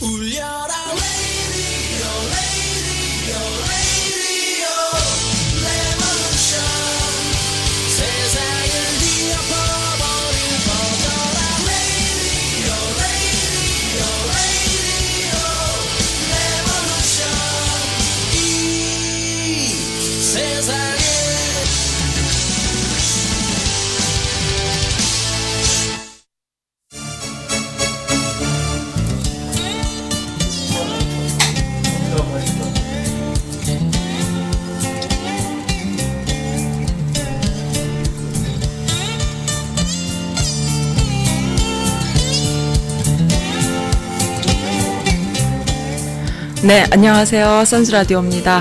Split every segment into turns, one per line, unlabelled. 울려라 lady oh lady oh lady oh revolution 세상을 뒤엎어버린 버져라 lady oh lady oh lady oh revolution 이 세상에
네, 안녕하세요. 선수라디오입니다.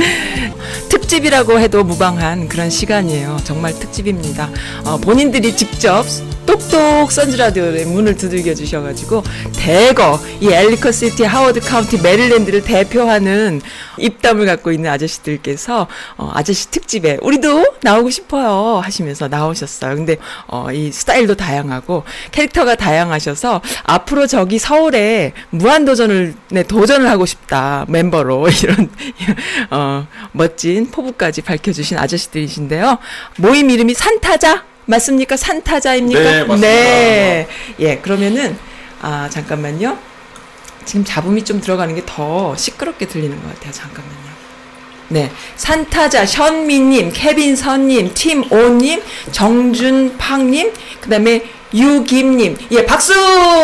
특집이라고 해도 무방한 그런 시간이에요. 정말 특집입니다. 어, 본인들이 직접 똑똑 선즈라디오의 문을 두들겨 주셔가지고 대거 이 엘리커 시티 하워드 카운티 메릴랜드를 대표하는 입담을 갖고 있는 아저씨들께서 어, 아저씨 특집에 우리도 나오고 싶어요 하시면서 나오셨어요. 근데 어, 이 스타일도 다양하고 캐릭터가 다양하셔서 앞으로 저기 서울에 무한도전을 네, 도전을 하고 싶다 멤버로 이런 어, 멋진 포부까지 밝혀주신 아저씨들이신데요. 모임 이름이 산타자 맞습니까? 산타자입니까?
네, 맞습니다.
네. 예 그러면은 아 잠깐만요. 지금 잡음이 좀 들어가는 게 더 시끄럽게 들리는 것 같아요. 잠깐만요. 네. 산타자, 현미님, 케빈선님, 팀오님, 정준팡님, 그 다음에 유김님. 예, 박수! 안녕하세요.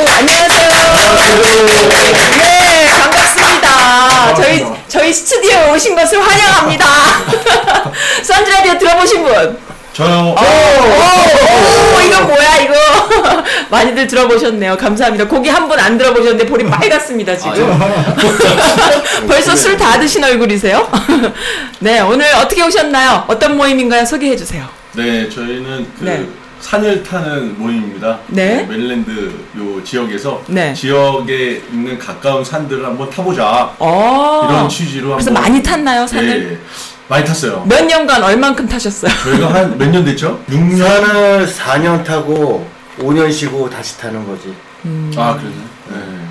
네, 반갑습니다. 저희,
반갑습니다.
저희 스튜디오에 오신 것을 환영합니다. 선즈라디오 들어보신 어, 분?
저요.
아,
오, 오, 이거 뭐야, 이거. 많이들 들어보셨네요. 감사합니다. 고기 한 번 안 들어보셨는데 볼이 빨갛습니다,
아,
지금.
네.
벌써 술 다 드신 얼굴이세요? 네, 오늘 어떻게 오셨나요? 어떤 모임인가요? 소개해 주세요.
네, 저희는 그
네.
산을 타는 모임입니다.
네.
어, 메릴랜드 요 지역에서
네.
지역에 있는 가까운 산들을 한번 타보자
어.
이런 취지로
그래서
한번-
많이 탔나요, 산을?
네, 많이 탔어요.
몇 년간 얼만큼 타셨어요?
저희가 한 몇 년 됐죠? 6년.
산을 4년 타고 5년 쉬고 다시 타는 거지.
음.
아, 그랬네. 네.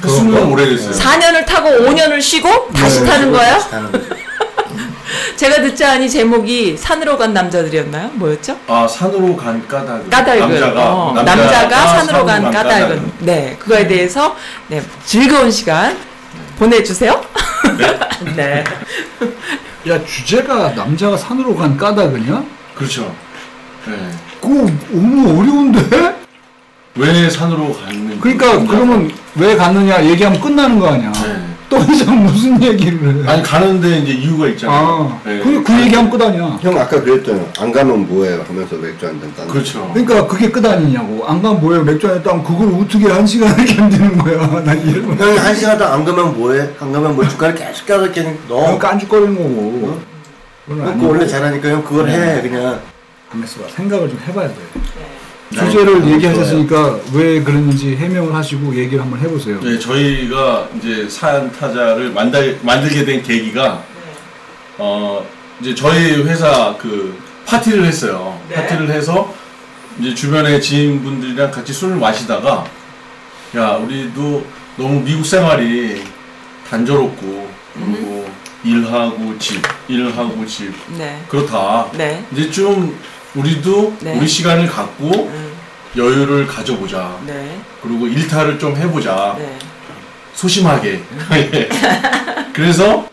그 수능 오래됐어요.
4년을 타고 5년을 쉬고 다시
네,
타는
쉬고
거예요?
다시 타는 거지.
제가 듣자니 제목이 산으로 간 남자들이었나요? 뭐였죠?
아, 산으로 간 까닭은
까닭은
남자가 아,
어, 남자가, 산으로 간 까닭은 네 그거에 대해서 네, 즐거운 시간 보내주세요. 네.
야 주제가 남자가 산으로 간 까닭이냐?
그렇죠. 네.
그거 너무 어려운데?
왜 산으로 갔는지.
그러니까
남자가.
그러면 왜 갔느냐 얘기하면 끝나는 거 아니야
네.
또 이상 무슨 얘기를 해
아니 가는데 이제 이유가
아,
있잖아요. 예.
그, 그 얘기하면 끝 아니야
형 아까 그랬잖아. 안 가면 뭐해? 하면서 맥주 한 잔 따는.
그렇죠.
그러니까 그게 끝 아니냐고 안 가면 뭐해 맥주 안 했다면 그걸 어떻게 한 시간을 견디는 거야 난 이런 거
형이 한 시간 다안 가면 뭐해? 안 가면 뭐 주가를 계속 까서 걔는
그건
너.
깐죽거리는 거고 어? 그건
어? 그거
그러니까. 아니고
원래 잘하니까 형 그걸
네.
해 그냥.
가만있어봐 생각을 좀 해봐야 돼 주제를 얘기하셨으니까 왜 그랬는지 해명을 하시고 얘기를 한번 해보세요
네, 저희가 이제 산타자를 만들 만들게 된 계기가 어 이제 저희 회사 그 파티를 했어요. 파티를 해서 이제 주변에 지인분들이랑 같이 술을 마시다가 야 우리도 너무 미국 생활이 단조롭고 그리고 일하고 집 일하고 집
네.
그렇다.
네.
이제 좀 우리도
네.
우리 시간을 갖고 여유를 가져보자.
음, 네.
그리고 일탈을 좀 해보자.
네.
소심하게. 예. 그래서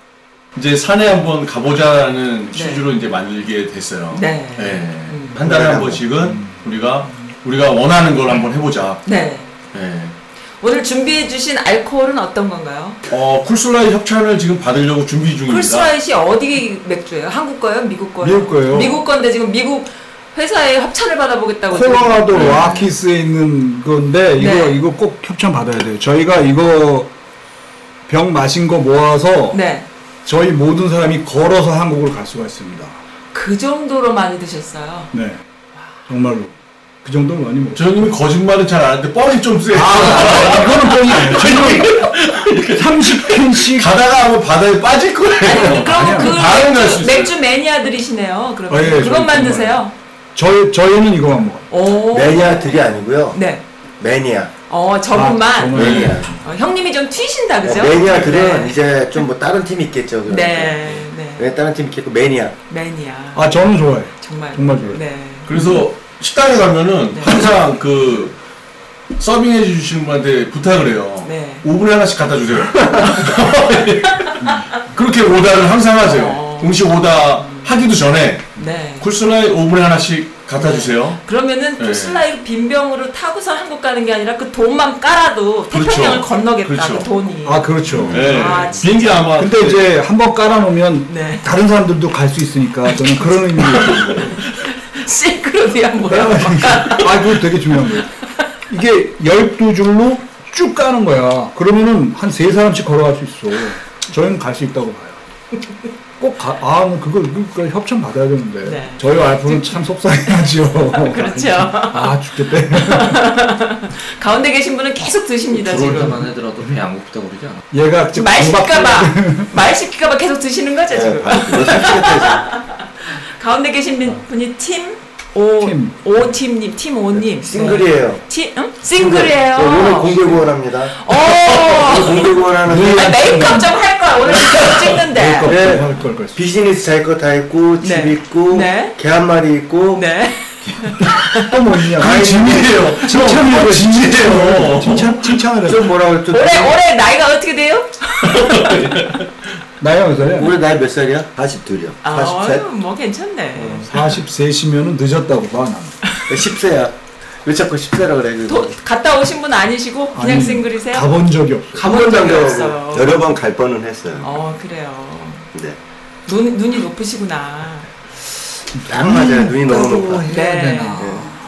이제 산에 한번 가보자는 취지로 이제 만들게 됐어요.
네. 음.
예. 한 달에 한 번씩은 우리가 우리가 원하는 걸 한번 해보자.
네.
예.
오늘 준비해 주신 알코올은 어떤 건가요?
어 쿨슬라이 협찬을 지금 받으려고 준비 중입니다.
풀스라이시 어디 맥주예요? 한국 거예요? 미국 거예요?
미국 거예요.
미국 건데 지금 미국 회사에 협찬을 받아보겠다고
콜로라도
네.
와키스에 있는 건데 이거
네.
이거 꼭 협찬 받아야 돼요. 저희가 이거 병 마신 거 모아서
지금. 네.
저희 모든 사람이 걸어서 한국으로 갈 수가 있습니다.
그 정도로 많이 드셨어요.
네, 정말로 그 정도는 많이 먹죠.
저는 거짓말은 잘 안 하는데 뻔히 좀 쎄요.
아.
아, 이거는 뻥이 아니에요. 지금 30캔씩
가다가 한번 바다에 빠질 거예요.
그럼 그
네, 다음에 갈수
맥주,
있어요.
맥주 매니아들이시네요. 그럼
아, 예,
그것만
저희
드세요.
저희 저희는 이거만 먹어요.
네.
오.
매니아들이 아니고요.
네.
매니아.
어,
아,
저분만.
저분만.
네.
어, 형님이 좀 튀신다, 그죠?
어, 매니아들은
네.
이제 좀 뭐 다른 팀이 있겠죠. 그러니까.
네, 네.
왜 다른 팀이 있겠고 매니아.
매니아.
아 저는 좋아해.
정말.
정말 좋아요.
네.
그래서 식당에 가면은
네.
항상 그 서빙해 주시는 분한테 부탁을 해요.
네.
5분에 하나씩 갖다 주세요. 그렇게 오다를 항상 하세요.
어.
음식 오다 하기도 전에
네.
쿨슬라이 5분에 하나씩 갖다 주세요.
그러면은
네.
쿨슬라이브 빈병으로 타고서 한국 가는 게 아니라 그 돈만 깔아도
그렇죠.
태평양을 건너겠다, 그
그렇죠.
돈이.
아 그렇죠.
네.
아, 진짜.
비행기 아마 네.
근데 이제 한번 깔아놓으면
네.
다른 사람들도 갈 수 있으니까 저는 그런 의미로.
그
실크로드야, 뭐야.
네.
아 그거 되게 중요한 거예요. 이게 12줄로 쭉 까는 거야. 그러면은 한 세 사람씩 걸어갈 수 있어. 저희는 갈 수 있다고 봐요. 꼭 가, 아, 뭐 그거, 그거 협찬 받아야 되는데.
네.
저희 와이프는 참 속상해하지요.
그렇죠.
아, 죽겠대.
가운데 계신 분은 계속 드십니다,
들어올
지금.
때만 해더라도 배 안 고프다 그러지 않아?
얘가
지금
지금
말
엉박-
시킬까봐,
네.
말 시킬까봐 계속 드시는 거죠,
네,
지금. 가운데 계신
네.
분- 분이 팀, 오,
팀.
오 팀님, 팀 오님.
네. 싱글이에요.
팀, 응?
네, 오늘
싱글이에요. 어.
공개 구원합니다.
오!
공개
네.
구원하는데
나 메이크업 좀 할 거야. 오늘 직접 찍는데.
엉박-
네.
할걸 그랬어.
비즈니스 잘 거 다 있고 집
네.
있고
네.
개 한 마리 있고
네.
또 뭐냐.
그건 진리예요.
칭찬이라고
뭐.
진리예요. 아,
칭찬, 칭찬을 해서.
좀 뭐라고 좀
올해, 올해 나이가 어떻게 돼요?
나이가 몇 살이야?
우리 나이 몇 살이야?
42요.
아,
43?
어휴, 뭐 괜찮네.
43시면은 늦었다고 봐, 나는.
10세야. 왜 자꾸 10세라 그래? 그거?
도, 갔다 오신 분 아니시고 그냥
아니,
싱글이세요?
가본 적이 없어.
가본 적이
가본
없어요.
여러 번 갈 뻔은 했어요.
어, 그래요.
근데
눈, 눈이 높으시구나.
딱 맞아요. 눈이 너무 높아.
해야
네.
되나.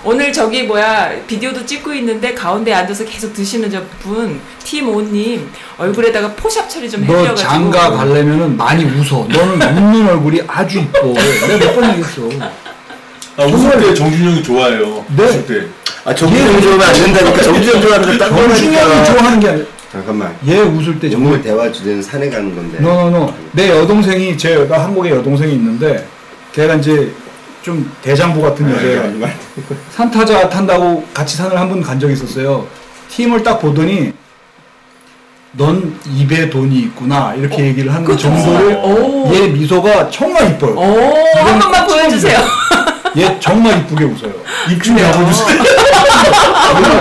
오늘 저기 뭐야 비디오도 찍고 있는데 가운데 앉아서 계속 드시는 저분 팀오님 얼굴에다가 포샵 처리 좀
너
해주셔가지고
장가 가려면은 많이 웃어. 너는 웃는 얼굴이 아주 이뻐. 내가 몇 번 얘기했어.
그러니까.
아, 웃을 때 정준영이 좋아해요.
네.
웃을 때.
아 정준영 좋아하면 안 된다니까. 정준영 좋아하는 거딱
그러니까.
정준영이
보니까.
좋아하는 게 아니라
잠깐만.
얘 웃을 때 정말
오늘 대화 주제는 산에 가는 건데.
노노노 내 여동생이 제가 한국에 여동생이 있는데 걔가 이제 좀 대장부 같은 여자예요.
네.
네,
산타자 탄다고 같이 산을 한 번 간 적이 있었어요. 팀을 딱 보더니 넌 입에 돈이 있구나 이렇게 얘기를 하는
그
정도로
오.
얘 미소가 정말 이뻐요.
어, 오한
이건
번만
처음
보여주세요
얘 정말 이쁘게 웃어요.
입좀
네.
잡아주세요.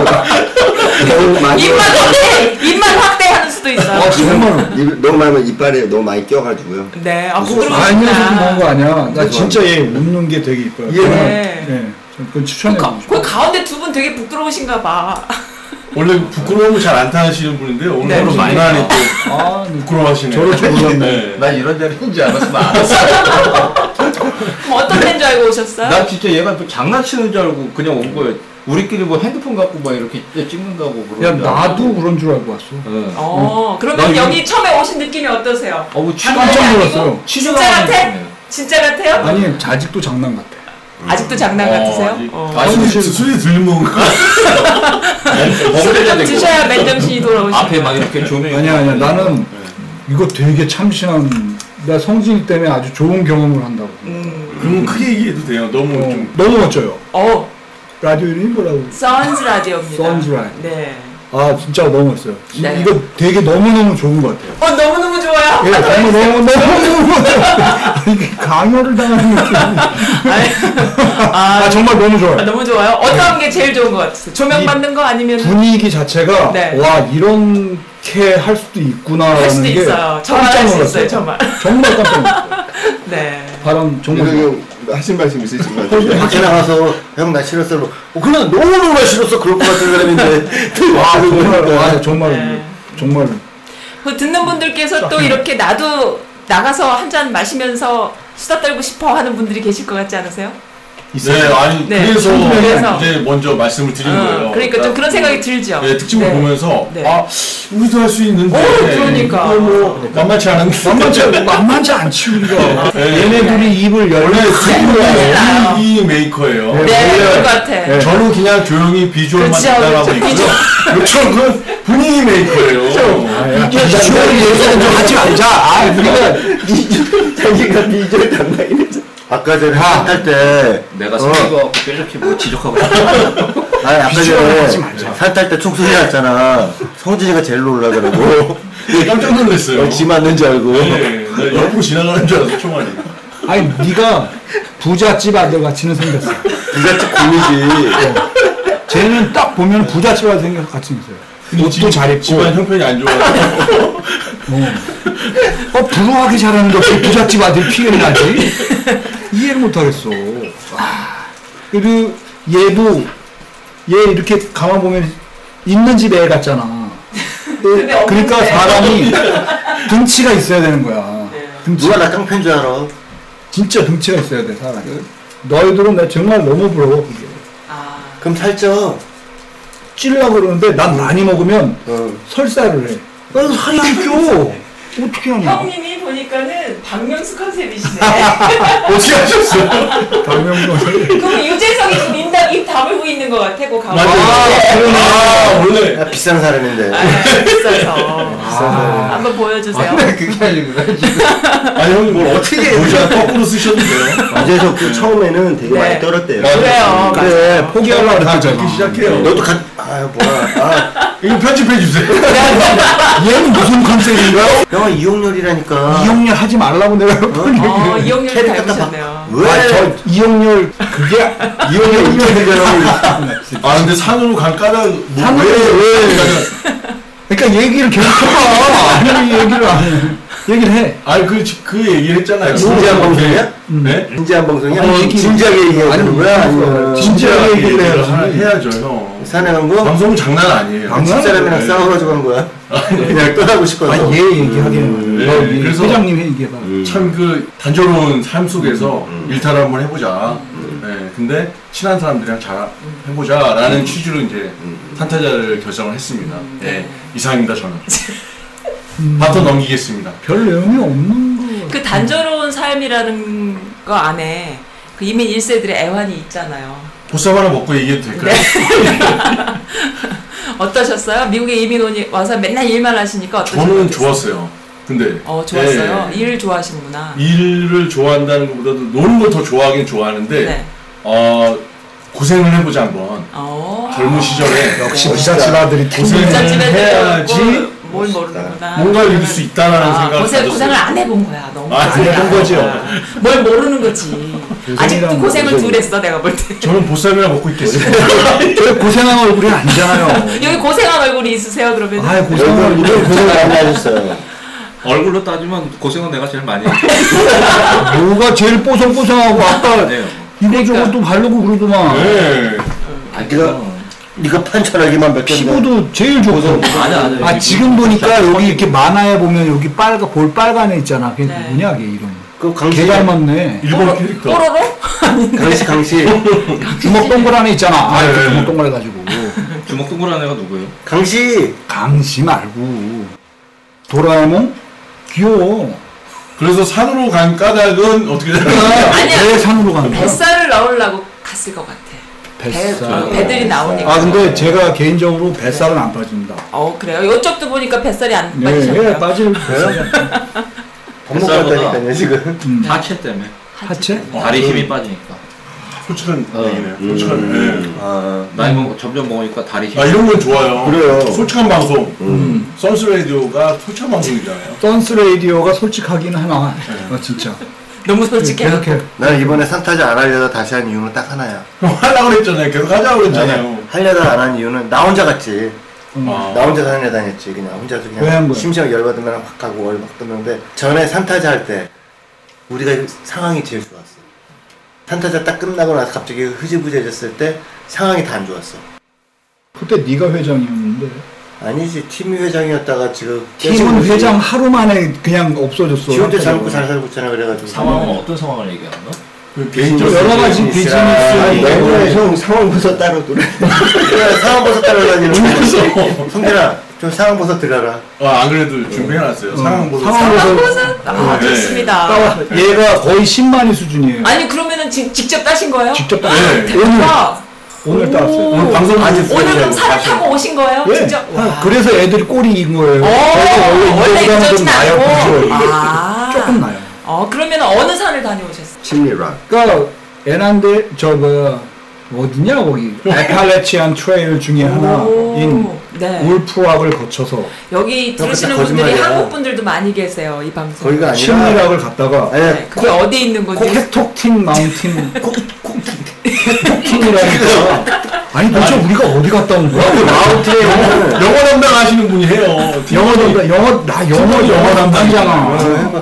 너무 많이.
입만 확대 입만 확대하는 수도 있어
아 정말
입- 너무 많으면 이빨에 너무 많이 껴가지고요.
네아
많이 웃어서 그런 거
부끄러우시구나
아니야. 나 진짜 얘 웃는 게 되게 이뻐요.
예.
네. 네. 그 추천해.
그 가운데 두 분 되게 부끄러우신가 봐
원래 부끄러움을 잘 안 타시는 분인데 오늘
네.
은 유난히 또
아,
부끄러워하시네요.
저를 좀 몰랐네.
네.
난 이런 자리인 줄 알았어. 나,
그럼 어떤 데인 줄 알고 오셨어요?
나 진짜 얘가 뭐 장난치는 줄 알고 그냥 온 거야. 우리끼리 뭐 핸드폰 갖고 막 이렇게 찍는다고 그러는
야
줄 알았어.
나도 그런 줄 알고 왔어.
응. 어,
어 그러면
나 이거-
여기 처음에 오신 느낌이 어떠세요?
뭐
장난이
깜짝
취조가
아니고?
놀랐어요.
취조가
진짜
많이
같아?
있네요.
진짜 같아요?
아니 아직도 장난 같아.
아직도 장난
어,
같으세요?
아직- 아,
어.
아직-
술이 술이 들리면
술을 좀
먹어야 되고.
드셔야 맨정신이 돌아오시고
앞에 막 이렇게 조명이
아니야 아니야 나는 이거 되게 참신한 나 성진이 때문에 아주 좋은 경험을 한다고.
그럼 크게 얘기해도 돼요. 너무
어,
좀
너무 멋져요.
어
라디오 이름이 뭐라고?
선즈 라디오입니다.
선즈 라디오.
네.
아 진짜 너무 멋져요. 이-
네.
이거 되게 너무 너무 좋은 것 같아요.
어 너무 너무 좋아요.
예, 너무 너무 너무 너무 멋져요. 이게 강요를 당하는 느낌. 아 정말 너무
아,
좋아요.
너무 좋아요. 어떤 게 제일 좋은 것 같으세요? 조명
이
받는 거 아니면
분위기 자체가
네.
와 이렇게 할 수도 있구나라는
할 수도
게
있어요. 저만
깜짝
할 수
놀랐어요.
있어요. 저만.
정말 깜짝 놀랐어요.
네.
바람 정말 좋아요.
이거 하신 말씀 있으신가요?
그러니까 밖에 나가서 형 나 싫었어. 그러고, 어, 그냥 너무너무 나 싫었어. 그럴 것 같은 사람인데. 또
와
와서
아, 정말
그러니까.
와 정말
네.
정말
그 듣는 분들께서 또 이렇게 나도 나가서 한 잔 마시면서 수다 떨고 싶어 하는 분들이 계실 것 같지 않으세요?
네, 아니
네.
그래서,
그래서.
이제 먼저 말씀을 드린 거예요.
어, 그러니까 좀 그런 생각이 들죠.
네, 특집을
네.
보면서
네.
아 우리도 할 수 있는데
오, 그러니까.
어,
이거 뭐 만만치 않은
만만치 않- 만만치 않지 우리가
네.
얘네들이 입을 열고
원래
몰라요.
스피커가 이 메이커예요.
네, 그럴 것 같아.
네.
저는 그냥 조용히 비주얼만
그렇죠,
따라하고
그렇죠.
있고요. 요청은 분위기 메이커예요.
이게 주얼 얘기는 좀 하지 말자 아 우리가
자기가 비주얼 담당이네. 아까 전에
야.
할때
네. 내가 스피커 어. 뾰족히 뭐 지적하고 싶어.
아니 아까
비주얼은
전에
하지 말자.
산탈 때 총소리 났잖아. 성진이가 제일 놀라더라고.
깜짝 놀랐어요.
역시 맞는 줄 알고.
네, 나 옆으로 지나가는 줄 알았어 총알이.
아니 네가 부잣집 아들 같이는 생겼어.
부잣집 곰이지.
쟤는 딱 보면 부잣집 아들 생겨 같이 생겼어요.
집-
옷도 잘했고,
집안 형편이 안 좋아.
어 부루하게 잘하는데 왜 부잣집 아들 피해를 나지? 이해를 못하겠어. 아, 그리고 얘도 얘 이렇게 가만 보면 있는 집 애 같잖아. 그러니까 사람이 등치가 있어야 되는 거야.
네.
등치.
누가 나 깡패인 줄 알아?
진짜 등치가 있어야 돼 사람이. 너희들은 나 정말 너무 부러워. 그게.
그럼 살쪄.
찔려고 그러는데 난 많이 먹으면
어.
설사를 해. 난 살이 안 껴. 어떻게 하냐?
형님이 보니까는 박명수 컨셉이시네.
어떻게 하셨어요?
당면도.
그럼 유재석이 지금 입다 입 다물고 있는 것 같아. 그 가방.
아, 원래.
나 비싼 사람인데.
아, 비싸서
아.
한번 보여주세요.
네,
그게 아니구나. 지금.
아니 형님 뭘 어떻게 해요? 모자 거꾸로 쓰셨는데요?
그래서 그 처음에는 되게
네.
많이 떨었대요.
그래요.
그래.
포기하려고
듣기
그랬잖아.
시작해요.
너도 가. 아 뭐야. 아,
이거 편집해 주세요.
얘는 무슨 컨셉인가?
영화 이용렬이라니까.
아. 이용렬 하지 말라고 내가 몇 번.
어, 이용렬
캐릭터
뭐.
닮으셨네요.
왜?
아, 저 이용렬 그게
이용렬 이용렬이라고.
아 근데 산으로 간 까닭 뭐,
산으로-
왜?
그러니까 얘기를 계속 해봐. 아니 얘기를 안 해. 얘기를 해.
아니 그그 그 얘기를 했잖아요.
진지한 방송이야?
네?
진지한 방송이야?
아니, 얘기-
어, 진지하게 얘기하는 거야? 아니면
진지하게 얘기를
얘기를
해야지.
하- 해야죠 형.
산에 간 거?
방송은 장난 아니에요.
방-
집사람이랑
네.
싸워가지고 한 거야? 아, 네. 그냥 떠나고 싶어서.
아니 얘 얘기하기는.
네,
너 얘기-
그래서-
회장님 해 얘기해봐.
참 그 단조로운 삶
음,
속에서 일탈을 한번 해보자. 네, 근데 친한 사람들이랑 잘 해보자라는
음,
취지로 이제 산타자를 결정을 했습니다. 네, 이상입니다 저는. 바터 넘기겠습니다.
별 내용이 없는 거.
그 단조로운 삶이라는 거 안에 그 이민 1세들의 애환이 있잖아요.
보쌈 하나 먹고 얘기해도 될까요?
네. 어떠셨어요? 미국에 이민 오니 와서 맨날 일만 하시니까 어떠셨어요?
저는 좋았어요. 근데
어, 좋았어요.
예,
일을 좋아하시는구나.
일을 좋아한다는 것보다도 노는 걸 더 좋아하긴 좋아하는데
네.
어, 고생을 해보자 한번
어.
젊은 시절에
역시 부잣집 아들이
고생을
부잣집에
해야지
들어갔고 뭘 모르는구나.
뭔가 이룰 수 있다라는
아,
생각을
고생,
가졌어요.
고생을 안 해본 거야. 너무
아,
고생을
안 해본
안
거죠.
해본 거야. 뭘 모르는 거지. 아직도 고생을
거죠.
둘 했어, 내가 볼 때.
저는 보쌈이나 먹고 있겠습니다.
저 고생한 얼굴이 아니잖아요.
여기 고생한 얼굴이 있으세요, 그러면?
아이 뭐, 고생한
얼굴,
얼굴.
어, 이런 고생 많이 하셨어요.
얼굴로 따지면 고생은 내가 제일 많이 했죠.
뭐가 제일 뽀송뽀송하고 아까
네.
이거저거 또 바르고 그러더만
네.
네가, 네가 판천하기만 몇 개인데.
피부도 제일 좋고
아니, 아니.
아 지금 보니까 여기 이렇게 만화에 보면 여기 빨간 볼 빨간 애 있잖아 그게
네.
누구냐 걔 이름
그
걔
강시,
닮았네
어,
일본 캐릭터.
뽀로로?
강시, 강시.
주먹 동그란 애 있잖아 아
네.
이렇게 주먹 동그래 가지고
주먹 동그란 애가 누구예요?
강시!
강시 말고 도라에몽 귀여워
그래서 산으로 간 까닭은 어떻게 되나요?
아니야.
배 산으로 가는 거야
뱃살을 넣으려고 갔을 것 같아. 배, 어,
뱃살
배들이 나오니까.
아 근데 제가 개인적으로 뱃살은 안 빠집니다
어, 그래요? 이쪽도 보니까 뱃살이 안
네,
빠지셨네요.
예, 빠질 뱃살
밥 먹고 왔다니까요, 지금.
네.
음.
하체 때문에.
하체
다리 어, 힘이 빠지니까.
솔직한
어. 음.
얘기네요. 솔직한. 네.
아.
나이 먹 점점 먹으니까 다리 힘이.
아 이런 건 좋아요.
그래요.
솔직한 방송.
음.
선스 라디오가 솔직한 방송이잖아요.
선스 음. 레이디오가 솔직하긴 하나 어, 진짜
너무 솔직해.
계속해
난 이번에 산타지 안 하려다 다시 한 이유는 딱 하나야.
하려고 그랬잖아요. 계속 하자고
네.
그랬잖아요.
하려다 안 한 이유는 나 혼자 갔지.
네. 음.
아.
나 혼자 산에 다녔지. 그냥 혼자서
왜한
그냥
거야?
심장 열받으면 확 가고 월막 뜨는데 전에 산타지 할 때 우리가 상황이 제일 좋았어. 산타지 딱 끝나고 나서 갑자기 흐지부지해졌을 때 상황이 다 안 좋았어.
그때 네가 회장이었는데
아니지 팀이 회장이었다가 지금
팀은 회장 하루 만에 그냥 없어졌어.
예, 지원도 잘 먹고 잘 살고 있잖아 그래가지고
상황은 어떤 상황을 얘기하는 거?
그 개인적으로.
여러 가지 네.
아,
비즈니스
내부에 형 상황버섯 따로 노래 상황버섯 따로 다니는 거 성진아 좀 상황버섯 들어라
아, 안 그래도
음.
준비해놨어요. 상황 보고.
상황에서
아,
네.
좋습니다.
얘가 거의 10만위 수준이에요.
아니, 아, 그러면은 지, 직접 따신 거예요?
직접 따
네.
오늘
와,
오늘 따왔어요.
오늘 그 방송 아직
오늘 그럼 산을 타고 오신 거예요?
예.
직접? 와.
아, 그래서 애들이 꼴이인 거예요. 저희가
오, 어, 원래
이거보다는
이러진
나요.
않고.
비주얼이.
아.
조금 나요.
어, 그러면 어느 산을 다녀오셨어요?
심리락
그러니까 애난데 저거 어디냐 거기 에팔레치안 트레일 중에 하나인
네.
울프락을 거쳐서
여기
그거
들으시는
다
분들이
거짓말이야.
한국 분들도 많이 계세요 이 방송. 네,
거기가 아니라
침리락을 갔다가
예,
그게 어디 에 있는 거지?
콕톡틴 마운틴 콕톡틴이라니까 아니 도대체 우리가 어디 갔다 온 거야?
아,
마운틴에 영어 담당하시는 분이 해요.
영어 담당 영어 나 영어 영어 담당이잖아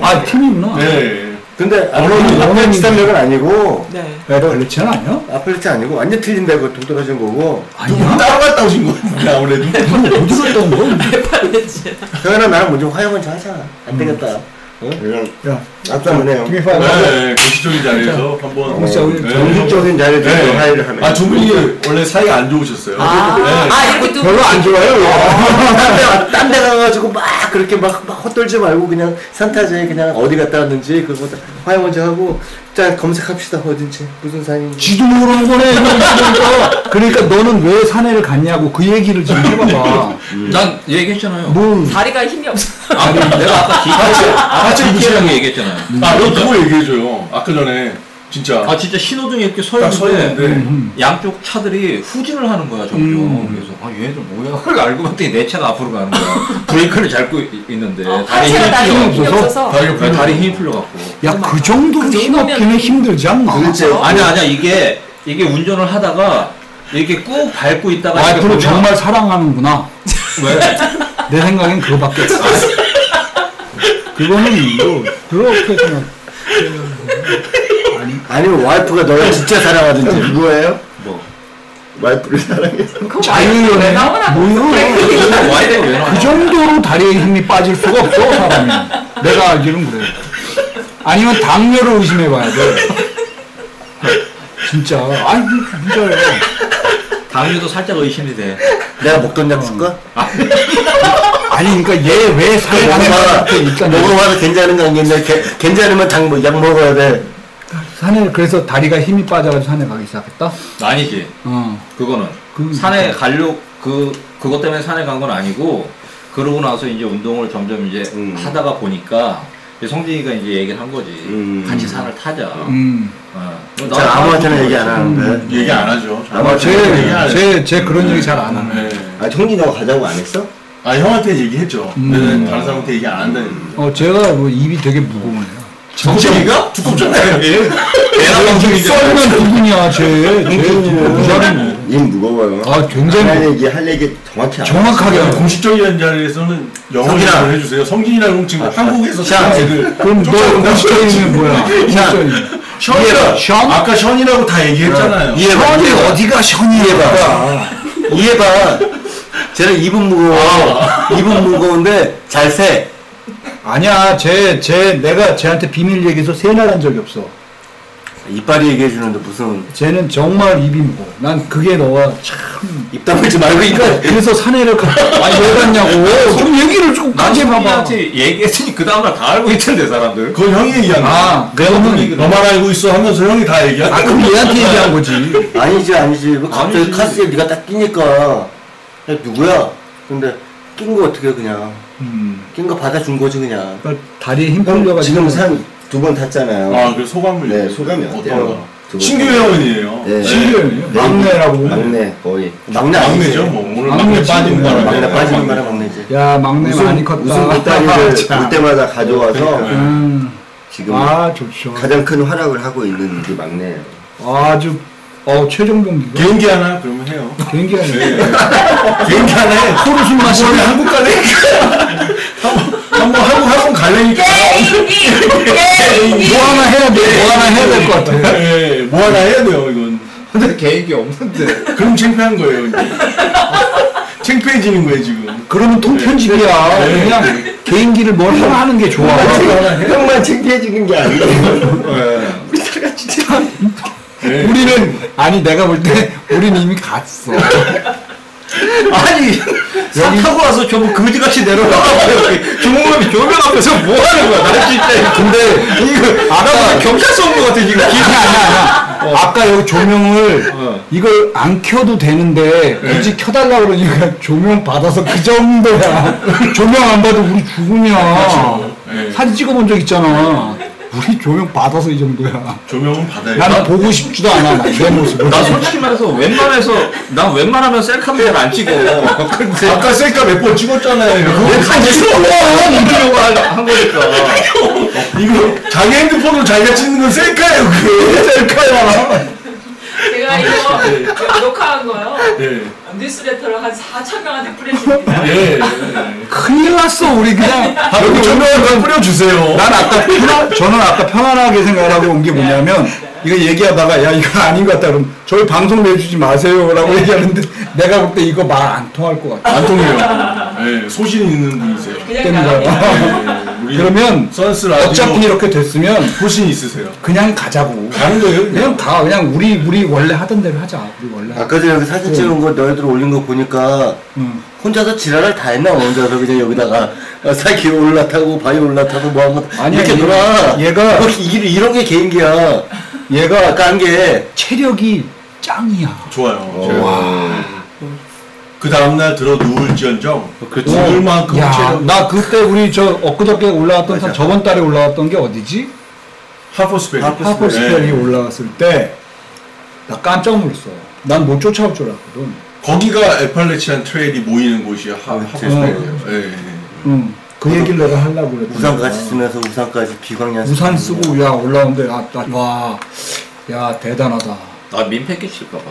아 팀이 있나?
네.
음.
근데
어른이
아플레치 산맥은 아니고
네.
에팔레치안 아니야?
아플레치 아니고 완전 틀린데 그거 동떨어진 거고
아니야?
따라갔다 오신 거예요, 아무래도.
네.
우리 어디 갔다 온 거야?
서현아 나랑 먼저 화형을 좀 하자 안 되겠다 어?
그냥
음. 야
아까만해요.
김이파
네, 고시적인 자리에서 한번.
어, 진짜 우리
네.
정식적인 자리에
네.
네. 화해를 하는.
아, 두 분이 원래 사이가 안 좋으셨어요.
아,
네.
아 이렇게 또
별로 안 좋아요
딴 데 가가지고 막 그렇게 막, 막 헛돌지 말고 그냥 산타지에 그냥 어디 갔다 왔는지 그거 다 화해 먼저 하고 자 검색합시다 어딘지 무슨 산인지
지도 모르는 거네 이러고 있으니까. 그러니까 너는 왜 사내를 갔냐고 그 얘기를 지금 해봐봐
난 얘기했잖아요.
뭘
다리가 힘이 없어.
아, 내가 아까 기, 아, 아까 이태랑이 얘기했잖아요.
아, 너 그거 얘기해줘요. 아까 전에. 진짜.
아 진짜 신호등에 이렇게 서
딱 서
있는데 음.
있는데.
양쪽 차들이 후진을 하는 거야 점점. 그래서 아 얘들 뭐야? 그걸 알고 봤더니 내 차가 앞으로 가는 거야. 브레이크를 잡고 이- 있는데
어,
네, 다리 힘이
하체가 다리
풀려.
힘이 없어서.
다리가
그래,
풀려.
다리 힘이 풀려갖고.
야 그 정도로
그 정도면-
힘없기는 힘들지 않나?
도대체
아니야 아니야 이게 이게 운전을 하다가 이렇게 꾹 밟고 있다가 이렇게
와이프를
보면-
아, 정말 사랑하는구나
왜?
내 생각엔 그거밖에 없어 그거는 뭐 그렇게 그냥
아니면 와이프가 너를 진짜 사랑하든지
누구예요?
뭐
와이프를 사랑해서.
자유연애 뭐야
와이프가 왜
그
나와?
정도로 다리에 힘이 빠질 수가 없어 사람이 내가 알기로는 그래 아니면 당뇨를 의심해봐야 돼 진짜 아니 뭐, 진짜요
당뇨도 살짝 의심이 돼.
내가 먹던 약 줄까?
어.
아니 그러니까 뭐 얘 왜 사회
먹어봐
당뇨한테 일단
먹어봐도 괜찮은 거 아니겠냐 게- 괜찮으면 당뭐약 먹어야 돼
산에 그래서 다리가 힘이 빠져가지고 산에 가기 시작했다
아니지
어
그거는
그-
산에 가려 그 그것 때문에 산에 간 건 아니고 그러고 나서 이제 운동을 점점 이제
음.
하다가 보니까 이제 성진이가 이제 얘기를 한 거지
음.
같이 산을 타자.
음.
어.
자 아무한테나 얘기 안 하는데 예.
얘기 안 하죠.
음. 아마
얘기 안 하죠.
제제 제 그런 얘기 잘 안 하네.
네.
아, 형이 너 가자고 안 했어?
아, 형한테 얘기했죠.
음.
근데 다른 사람한테 얘기 안 한다는 얘기죠.
어 제가 뭐 입이 되게 무거워요.
정신이가? 두껍잖아요. 예.
썰면 누구냐 쟤. 쟤 진짜 무자리.
입 무거워요.
뭐. 아
할
굉장히
얘기 할 얘기 정확히 안
정확하게
그냥
알고.
공식적인 자리에서는 영어
성진아.
얘기를 해주세요. 성진이라고 지금 한국에서 산 애들.
그럼 너
쫓아온다고
공식적인 뭐야?
자,
공식적인.
션이라.
션?
아까 션이라고 다 얘기했잖아요.
이해봐
션이 어디가 션이야?
이해봐 쟤는 입은 무거워 입은 무거운데 잘세
아니야 쟤 쟤 내가 쟤한테 비밀 얘기해서 세날한 적이 없어.
이빨이 얘기해 주는데 무슨
쟤는 정말 입이 무거워. 난 그게 너가 참.
입 다물지 말고 이거
그래서 사내를 가. 아니 왜 갔냐고. 좀 얘기를 좀 같이 해봐봐.
성진이한테 얘기했으니 그 다음날 다 알고 있던데 사람들.
그건 형이 얘기한 거야.
아 내가 는
너만 알고 있어 하면서 형이 다 얘기한
아
거야.
그럼 얘한테 얘기한 거지.
아니지 아니지 뭐 갑자기
아니지.
카스에 네가 딱 끼니까 야, 누구야 근데 낀 거 어떻게 그냥
음.
낀 거 받아준 거지 그냥
그러니까 다리에 힘
형
풀려가지고
지금 산 두 번 탔잖아요.
아, 그 소감을.
네,
얘기해.
소감이
어떤가?
어때요? 두 번.
신규 회원이에요.
네.
신기해요.
네.
막내라고.
막내 거의.
막내 아니지
막내죠, 뭐. 오늘
막내
막내 빠진
친구네.
거라.
막내 빠지는 말에 막내지
야 막내 많이 컸다.
웃음 보따리를
참.
볼 때마다 가져와서
음.
지금
아 좋죠.
가장 큰 활약을 하고 있는 그 막내예요.
아주 어 최종병기가
개인기 하나? 그러면 해요.
개인기가 아니라
개인기 하나 해.
코를 숨 마시고
원래 뭐, 한국 갈래? 한번 한국 한국 갈래니까.
뭐 하나 해야 돼. 뭐 하나 해야 될 것 같아.
예, 뭐 하나 해야 돼요 이건.
근데 계획이 없는데.
그럼 창피한 거예요. 이제. 창피해지는 거예요 지금.
그러면 통편집이야.
네.
그냥 개인기를 뭘 하나 예. 뭐 하는 게 좋아.
형만 창피해지는 게 아니라
예. 우리는 아니 내가 볼 때 우리는 이미 갔어.
아니 산 타고 와서 저거 거지같이 내려와. 조명이 조명 앞에서 뭐 하는 거야? 나 진짜
근데
이거 알아보면 경찰서 온거 같아 지금.
아니 아니 아니 아까 여기 조명을
어.
이걸 안 켜도 되는데 굳이 켜달라 그러니까 조명 받아서 그 예. 정도야 조명 안 봐도 우리 죽으냐 사진 찍어본 적 있잖아 우리 조명 받아서 이 정도야.
조명은 받아야 돼.
나는 보고 싶지도 않아. 나내 모습을.
나 솔직히 말해서 웬만해서 난 웬만하면 셀카도 잘안 찍어. 근데
아까 셀카 몇 번
네?
찍었잖아요.
내가 이제 찍으려고 한- 한 거니까.
이거 자기 핸드폰으로 자기가 찍는 건 셀카예요. 그게 셀카야.
제가 이거 제가 녹화한 거요.
예.
뉴스레터를 한 4천 명한테 뿌려줍니다.
예.
큰일 났어 우리 아, 그냥. 여기 조명 좀
뿌려주세요.
난 아까 편안, 저는 아까 편안하게 생각하고 온 게 뭐냐면 이거 얘기하다가 야 이거 아닌 것 같다 그럼 저희 방송 내주지 마세요라고 얘기하는데 내가 볼 때 이거 말 안 통할 것 같아
안 통해요. 예. 소신 있는 분이세요.
그냥
때문에
나갑니다.
예. 우리
그러면
선스 라디오
어차피 이렇게 됐으면
소신 있으세요.
그냥 가자고
가는 거예요.
그냥 가 그냥 우리 우리 원래 하던 대로 하자 우리 원래 하던
아까 전에 여기 사진 찍은 거 너희들 올린 거 보니까
응.
혼자서 지랄을 다 했나 혼자서 그냥 여기다가 어, 사기 올라타고 바위 올라타고 뭐 하고
아니야,
이렇게
얘-
놀아
얘가-
뭐 이, 이런 게 개인기야
얘가
아까 한게
체력이 짱이야
좋아요. 그 다음날 들어 누울지언정 누울만큼 체력
그렇죠. 야나 그때 우리 저 엊그저께 올라왔던 사- 저번 달에 올라왔던 게 어디지
하퍼스페리
아, 하퍼스펠이
네.
올라왔을 때 나 깜짝 놀랐어 난 못 쫓아올 줄 알았거든
거기가 에팔레치안 트레일이 모이는 곳이 하-
아, 어.
하퍼스페리예요. 예, 예.
응. 그 얘기를 내가 하려고 그랬더니
우산 같이 쓰면서 우산까지 비광량
우산 쓰고 야 올라오는데 아, 나, 와, 야 대단하다.
나 민폐 끼칠까봐.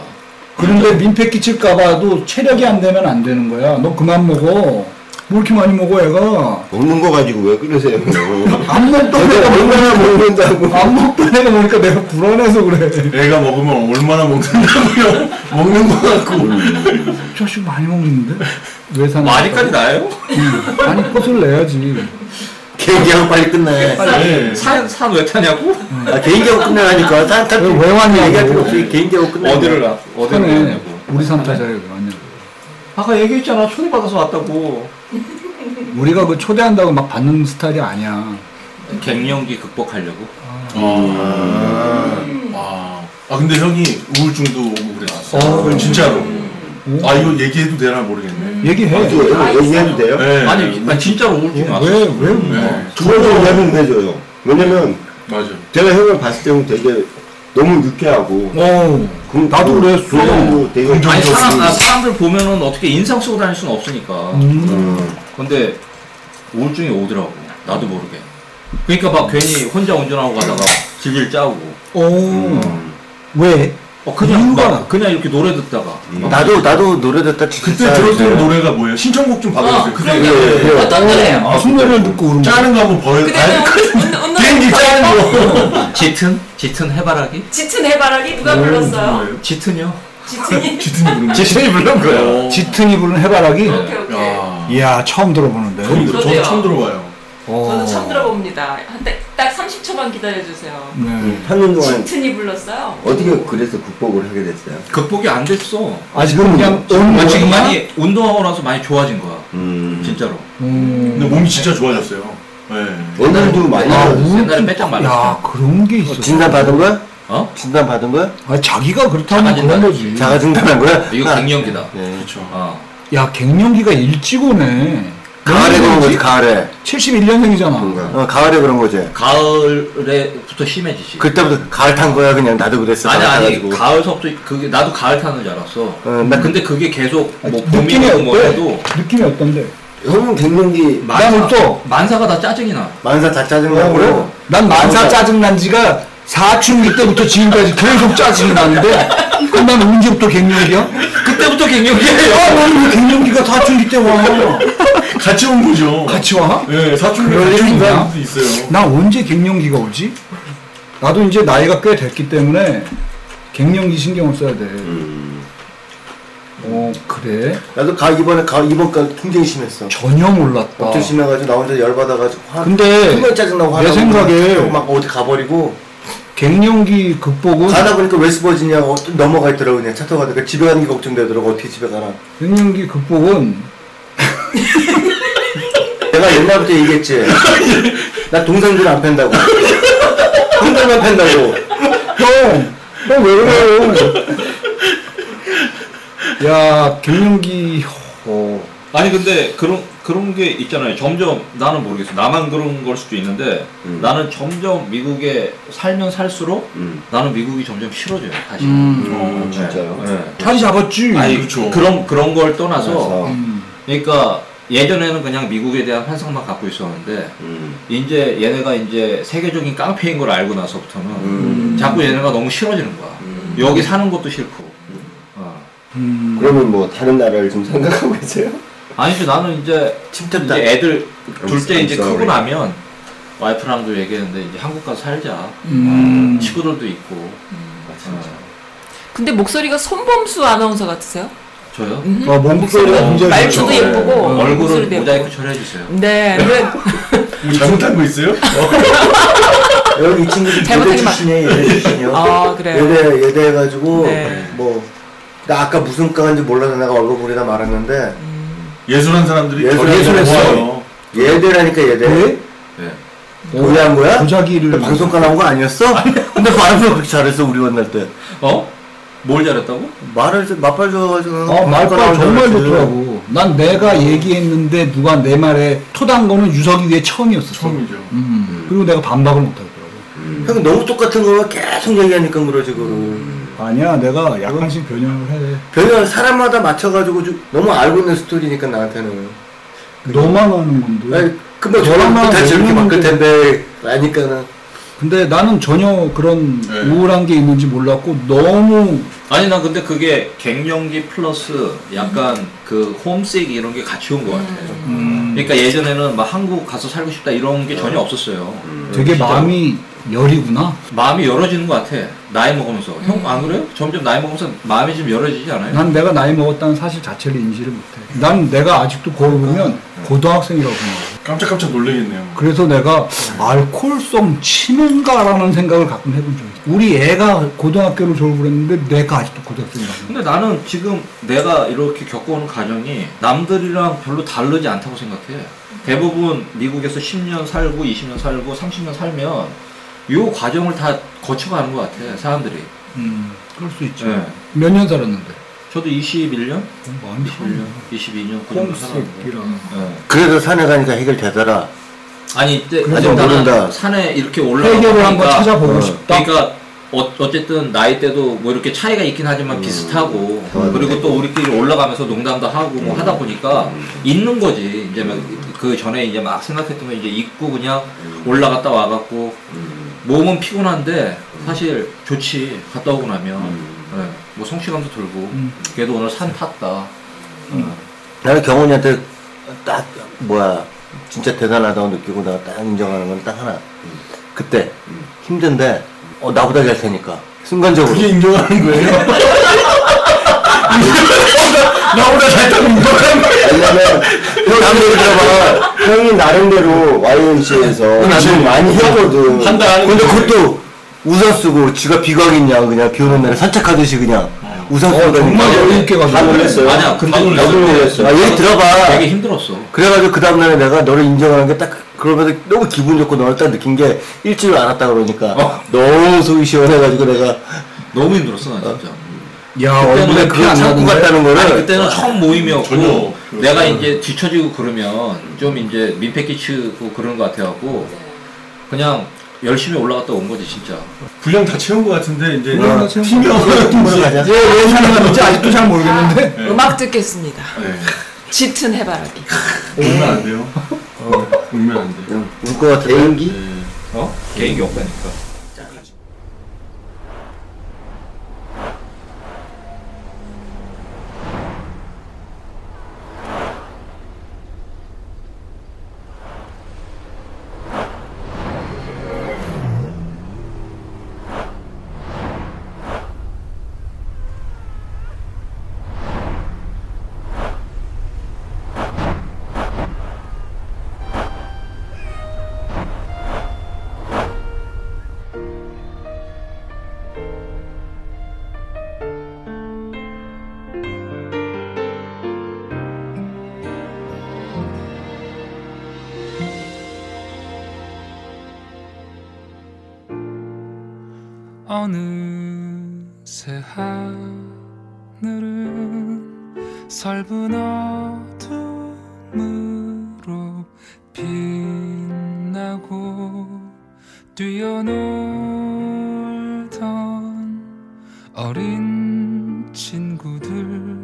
그런데 민폐 끼칠까 봐도 체력이 안 되면 안 되는 거야. 너 그만 먹어. 뭐 이렇게 많이 먹어 애가.
먹는 거 가지고 왜 그러세요?
안 먹던 애가
얼마나 먹는다고.
안 먹던 애가 먹으니까 내가 불안해서 그래.
애가 먹으면 얼마나 먹는다고요? 먹는 것 같고.
저 자식 많이 먹는데? 왜 사나?
뭐 아직까지 나요?
많이 꽃을 내야지.
개인기하고 빨리 끝내
아, 네.
예.
산산왜 타냐고?
아, 개인기하고 끝내라니까 산타
왜 왔냐고.
얘기할 필요 없이 개인기하고 끝내
어디를 나? 어디를
산에
나냐고?
우리 산 타자에 왜 왔냐고.
아까 얘기했잖아 초대받아서 왔다고.
우리가 그 초대한다고 막 받는 스타일이 아니야.
갱년기 극복하려고.
아. 와. 아 근데 형이 우울증도 오고 그랬어.
어.
진짜로. 아 이거 얘기해도 되나
음.
모르겠네.
얘기해.
또 얘기해도 돼요?
예.
아니 나 진짜로 우울증 왔어.
왜, 왜, 왜?
예.
저도 얘기하면 해줘요. 왜냐면
맞아.
제가 형을 봤을 때는 되게 너무 유쾌하고
어.
긍-
나도 그랬어.
긍정도 되게
아니
긍정적이고.
사람 아, 사람들 보면은 어떻게 인상 쓰고 다닐 수는 없으니까.
음,
근데 우울증이 오더라고. 나도 모르게. 그러니까 막 괜히 혼자 운전하고 가다가 질질 짜고.
어.
음.
왜?
어, 그냥
이유가-
막 그냥 이렇게 노래 듣다가. 막
나도 나도 노래 듣다
그때 들었던 노래가 뭐예요? 신청곡 좀 받아주세요.
어,
그때
그럼요.
예, 예.
어떤
아,
노래요?
아,
무슨 노래를 아, 듣고 우는 거야?
짜는 거 한번 보여.
그때
아,
또
비행기
웃는
짜는 거.
음. 짙은? 짙은 해바라기?
짙은 해바라기 누가
음,
불렀어요?
짙은요?
짙은이?
짙은이 부르는 거.
짙은이 부른
어.
짙은이 부른 해바라기?
오케이 오케이.
야.
이야 처음 들어보는데.
저도
그러네요.
처음 들어봐요.
저도 처음 들어봅니다. 한때 딱 30초만 기다려주세요.
음.
네.
하는 동안
짙은이 불렀어요.
어떻게 그래서 극복을 하게 됐어요?
극복이 안 됐어.
아직은 그냥 온
나 지금
몸이야?
많이 운동하고 나서 많이 좋아진 거야.
음.
진짜로.
음.
근데 몸이 진짜 좋아졌어요. 예.
오늘도 많이
아,
나왔어요.
우-
옛날에 빼짝 말랐어.
야 그런 게 있어.
진단 받은 거야?
어?
진단 받은 거야?
아 자기가 그렇다면
작아진다.
그런 거지.
자가 진단한 거야? 아. 네.
이거
네. 음.
갱년기다.
그렇죠.
어.
야 갱년기가 일찍 오네.
가을에 그런 거지 가을에
71년생이잖아.
뭔가.
어, 가을에 그런 거지
가을에부터 심해지지.
그때부터 가을 탄 거야 그냥 나도 그랬어
아니
가을
아니
타가지고.
가을서부터 그게 나도 가을 타는 줄 알았어.
어, 나
근데 그게 계속
아,
뭐
음. 느낌이
봄이고 뭐
어때?
해도
느낌이 어떤데?
형은 갱년기
난 없어.
만사가 다 짜증이 나.
만사 다
어,
짜증나고
난 만사 짜증 난 지가 사춘기 때부터 지금까지 계속 짜증이 나는데 그럼 난 언제부터 갱년기야?
그때부터 갱년기예요.
아 나는 왜 갱년기가 사춘기 때 와?
같이 온 거죠.
같이 와?
예, 사춘기
그럴
같이 온
일인가?
사람도 있어요.
나 언제 갱년기가 오지? 나도 이제 나이가 꽤 됐기 때문에 갱년기 신경을 써야 돼. 어 그래?
나도 가 이번에 가 이번 가 굉장히 심했어
전혀 몰랐다.
엄청 심해가지고 나 혼자 열받아가지고 화
아. 근데
정말 짜증나고
내
화나고
생각에
그러고 막 어디 가버리고
갱년기 극복은
가다 보니까 웨스버지니아 넘어가 있더라고 그냥 차 타고 가니까 집에 가는 게 걱정되더라고 어떻게 집에 가나
갱년기 극복은
내가 옛날부터 얘기했지 나 동생들 안 팬다고 형들만 팬다고
형, 형 왜 그래요? 야 갱년기 어,
아니 근데 그런 그런 게 있잖아요. 점점 나는 모르겠어. 나만 그런 걸 수도 있는데
음.
나는 점점 미국에 살면 살수록
음.
나는 미국이 점점 싫어져요. 다시.
음, 진짜요?
네.
자리 잡았지.
아니
그렇죠.
그런 그런 걸 떠나서
그래서
음.
그러니까 예전에는 그냥 미국에 대한 환상만 갖고 있었는데
음.
이제 얘네가 이제 세계적인 깡패인 걸 알고 나서부터는
음.
자꾸 얘네가 너무 싫어지는 거야. 여기 사는 것도 싫고. 어.
음.
그러면 뭐 다른 나라를 좀 생각하고 계세요?
아니지 나는 이제
침투다.
이제 애들 둘째
I'm
이제 크고
sorry.
나면 와이프랑도 얘기했는데 이제 한국 가서 살자. 아,
음.
친구들도 있고. 어.
근데 목소리가 손범수 아나운서 같으세요?
저요?
어, 몸소리가
어,
굉장히
말투도
좋죠.
예쁘고
어,
어, 목소리도
얼굴은
예쁘고.
모자이크 처리해주세요.
네, 근데
뭐 잘못한 거 있어요?
여러분 이 친구들
잘못하게
예대 출신이에요 예대 출신이요
아 그래요.
예대 예대 해가지고
네.
뭐 나 아까 무슨 과인지 몰라서 내가 얼굴이나 말았는데
예술한 사람들이
예술-
저를
예술했어.
좋아해요.
예대라니까 예대
왜?
네.
뭐야 거야?
도자기를
근데 방송과 나온 거 아니었어? 근데 말을 그렇게 잘했어 우리 만날 때
어? 뭘 잘했다고?
말을 좀- 맛발 좋아가지고
어, 말빨 정말
잘했지.
좋더라고. 난 내가 얘기했는데 누가 내 말에 토단 거는 유석이 위에 처음이었어.
처음이죠.
음. 그리고 내가 반박을 못 하더라고.
형 너무 똑같은 거만 계속 얘기하니까 그러 지금
아니야, 내가 약간씩 변형을 해.
별로 사람마다 맞춰가지고 좀 너무 알고 있는 스토리니까 나한테는
너만 하는 건데.
아니 근데
저랑만
음. 저랑만
그
다 저렇게
너무
바뀔
좀-
텐데 아니까는
근데 나는 전혀 그런
네.
우울한 게 있는지 몰랐고 너무
아니 난 근데 그게 갱년기 플러스 약간 그 홈식 이런 게 같이 온 것 같아요. 그러니까 예전에는 막 한국 가서 살고 싶다 이런 게 전혀 없었어요. 네.
되게
진짜로.
마음이 열이구나.
마음이 열어지는 것 같아. 나이 먹으면서 형 안 그래요? 점점 나이 먹으면서 마음이 좀 열어지지 않아요?
난 내가 나이 먹었다는 사실 자체를 인지를 못해. 난 내가 아직도 거울 보면 고등학생이라고 생각해.
깜짝깜짝 놀라겠네요.
그래서 내가 알코올성 치매인가라는 생각을 가끔 해본 적이 있어. 우리 애가 고등학교를 졸업을 했는데 내가 아직도 고등학생이라고 생각해.
근데 나는 지금 내가 이렇게 겪어오는 과정이 남들이랑 별로 다르지 않다고 생각해. 대부분 미국에서 10년 살고 20년 살고 30년 살면 요 과정을 다 거쳐가는 것 같아 사람들이.
음, 그럴 수 있지.
예.
몇 년 살았는데?
저도 21년,
많이
21년, 22년 그 정도 살았는데.
홈스틱이랑.
예.
그래도 산에 가니까 해결되더라
아니 이때
그래서
아직 나는
모른다.
산에 이렇게
해결을
올라가니까
한번 찾아보고
어.
싶다.
그러니까 어, 어쨌든 나이 때도 뭐 이렇게 차이가 있긴 하지만 비슷하고
맞네.
그리고 또 우리끼리 올라가면서 농담도 하고 뭐 하다 보니까 있는 거지 이제 막그 전에 이제 막 생각했던 거 이제 있고 그냥 올라갔다 와갖고 몸은 피곤한데 사실 좋지 갔다 오고 나면 예, 뭐 성취감도 들고 그래도 오늘 산 탔다
나는 경훈이한테 딱 뭐야 진짜 대단하다고 느끼고 내가 딱 인정하는 건 딱 하나 그때 힘든데 어 나보다 잘 테니까 순간적으로
그게 인정하는 거예요?
나보다 잘 타고 인정하는 거야
왜냐면 남들 들어봐 형이 나름대로 YMC에서
나도
많이 하거든
한다 하는
근데
거지.
그것도 우산 쓰고 지가 비광이냐 그냥 비 오는 날 산책하듯이 그냥
음.
우산
어,
쓰고
정말
다니니까
여유 있게 가서.
다 놀랬어요
아니야 근데
다 놀랐어.
나도
놀랐어.
아, 얘기 들어봐.
되게 힘들었어
그래가지고 그 다음날에 내가 너를 인정하는 게 딱 그러면서 너무 기분 좋고 너를 딱 느낀 게 일주일 안 왔다 그러니까
어.
너무 속이 시원해가지고 내가
너무 힘들었어 나 진짜
야,
그때는
얼굴에
그거
피 아, 안
참고
나는데?
갔다는 거를
아니 그때는 처음 모임이었고
전혀 그런
내가 이제 뒤처지고 그러면 좀 이제 민폐 끼치고 그런 것 같아갖고 그냥 열심히 올라갔다 온 거지 진짜
분량 다 채운 것 같은데 이제
분량 다 채운 거
팀이어서
팀으로 가자
예, 왜 사랑하는지 아직도 잘 모르겠는데.
네.
음악 듣겠습니다.
네.
짙은 해바라기.
울면 안 돼요. 울면 안 돼요.
음. 울것 같은데
개인기?
어 개인기 없다니까
어느새 하늘은 설분 어둠 마음으로 빛나고 뛰어놀던 어린 친구들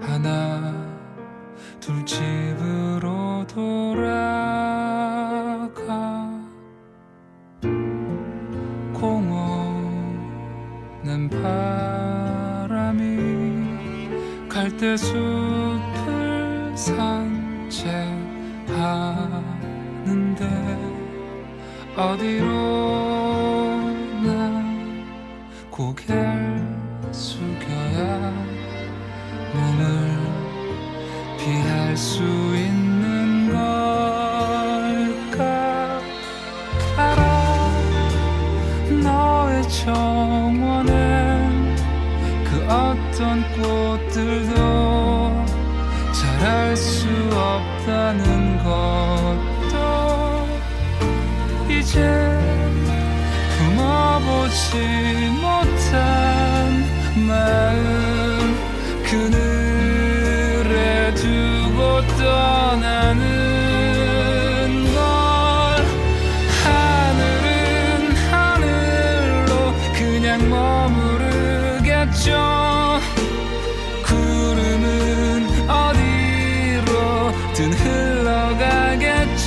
하나 둘 집으로 돌아가 공허는 바람이 갈대숲을 산책하는데 어디로 나 고개를 숙여야 몸을 피할 수 있는 걸까 알아 너의 정원엔 그 어떤 꽃들도 자랄 수 없다는 것도 이제 품어보지 못한 마음 그늘에 두고 떠나는 걸 하늘은 하늘로 그냥 머무르겠죠 구름은 어디로든 흘러가겠죠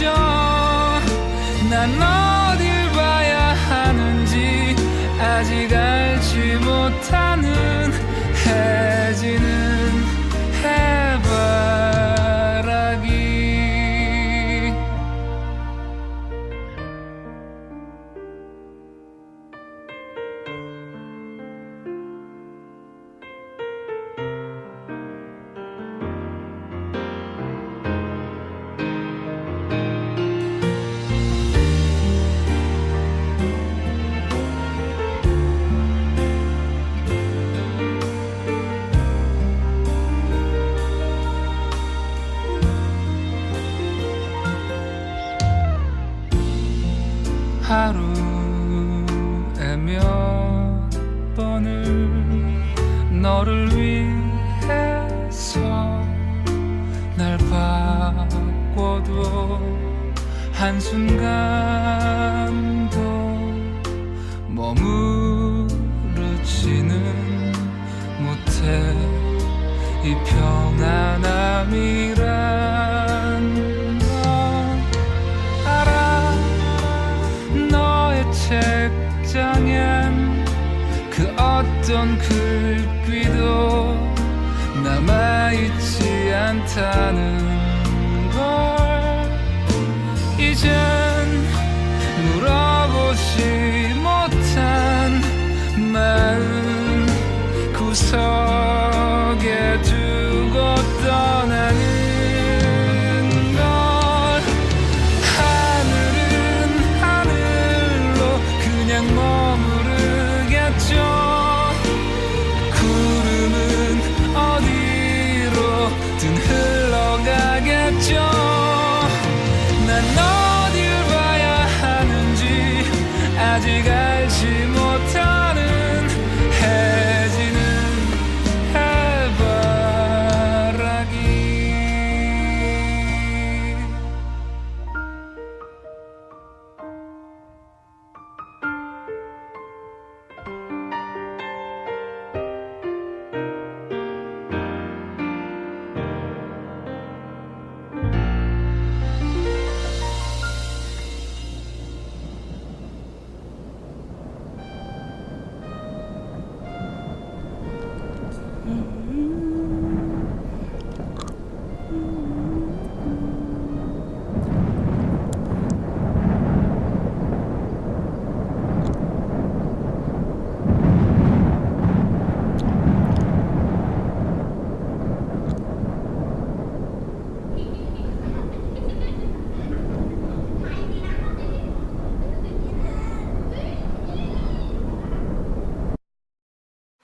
난 어딜 봐야 하는지 아직 알지 못하는 해지는 해바라기 하루에 몇 번을 너를 위해서 날 바꿔도 한순간도 머무르지는 못해 이 평안함이란 건 알아 너의 책장엔 그 어떤 글귀도 남아있지 않다는 걸 이젠 물어보지 못한 마음 구석에 두고 떠나는 걸 하늘은 하늘로 그냥 머무르겠죠 구름은 어디로든 흘러가겠죠 난 어딜 봐야 하는지 아직 알지 못하는 해지는 해바라기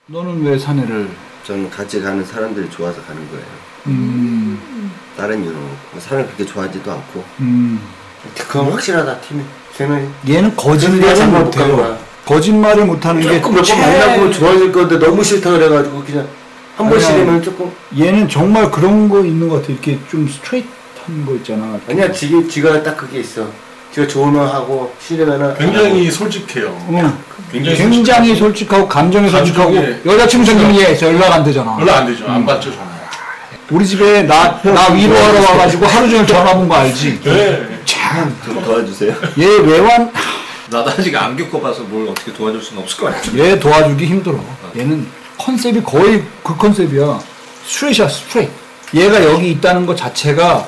너는 왜 사내를?
저는 같이 가는 사람들이 좋아서 가는 거예요.
음,
다른 이유는 없고 사람 그렇게 좋아하지도 않고.
음.
그건 확실하다 팀이 세 명이
얘는
그래서
거짓말을
못 가는
못해요.
거야.
거짓말을 못하는 게
조금 몇번
최-
만나고 좋아질 건데 너무 싫다 그래가지고 그냥 한 번씩이면
아니야.
조금
얘는 정말 그런 거 있는 것 같아. 이렇게 좀 스트레이트한 거 있잖아.
아니야 지가 지가 딱 그게 있어. 지가 좋으면 하고 싫으면은
굉장히 솔직해요.
응.
굉장히,
음. 굉장히 솔직하고 감정이 솔직하고
감정에-
여자친구 생기면 얘 진짜 연락 안 되잖아.
별로 안 되죠. 안 받죠 전화.
우리 집에 나, 나 위로하러 와가지고 하루 종일 전화 본 거 알지? 음.
네.
참,
좀 도와주세요.
얘 외환,
나도 아직 안 겪어봐서 뭘 어떻게 도와줄 수는 없을 것 같아.
얘 도와주기 힘들어. 얘는 컨셉이 거의 그 컨셉이야. 스트레이트야, 스트레이트. 얘가 여기 있다는 것 자체가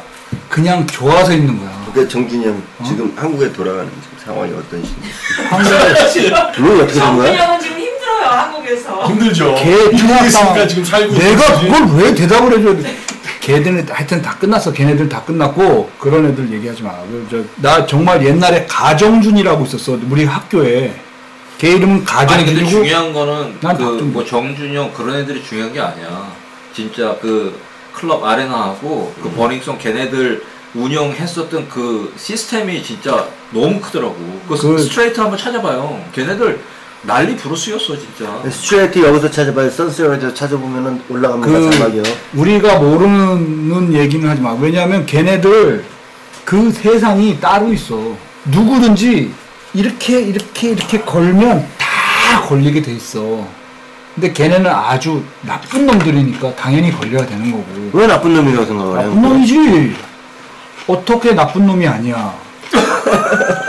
그냥 좋아서 있는 거야.
그러니까 정준이 형 지금
어?
한국에 돌아가는 지금 상황이 어떤 시인지.
룰 어떻게 된 거야?
정훈형은 지금 힘들어요 한국에서.
힘들죠.
걔
그렇죠. 이러고
중학생.
있으니까 지금 살고 예.
내가
있는 거지.
그걸 왜 대답을 해줘야 돼? 걔들은 하여튼 다 끝났어. 걔네들 다 끝났고 그런 애들 얘기하지 마. 그 저, 나 정말 옛날에 가정준이라고 있었어. 우리 학교에 걔 이름은
아니 근데
가정준이고
중요한 거는
난
그
박준범.
뭐 정준영 그런 애들이 중요한 게 아니야. 진짜 그 클럽 아레나하고
음.
그 버닝썬 걔네들 운영했었던 그 시스템이 진짜 너무 크더라고. 그,
그-
스트레이트 한번 찾아봐요. 걔네들 난리 부르스였어
아, 네,
진짜.
스트레이트 여기서 찾아봐요. 선스웨어에서 찾아보면은 올라갑니다.
그-
사막이요.
우리가 모르는 얘기는 하지 마. 왜냐하면 걔네들 그 세상이 따로 있어. 누구든지 이렇게 이렇게 이렇게 걸면 다 걸리게 돼 있어. 근데 걔네는 아주 나쁜 놈들이니까 당연히 걸려야 되는 거고.
왜 나쁜 놈이라고 생각을 해요?
나쁜 놈이지. 어떻게 나쁜 놈이 아니야.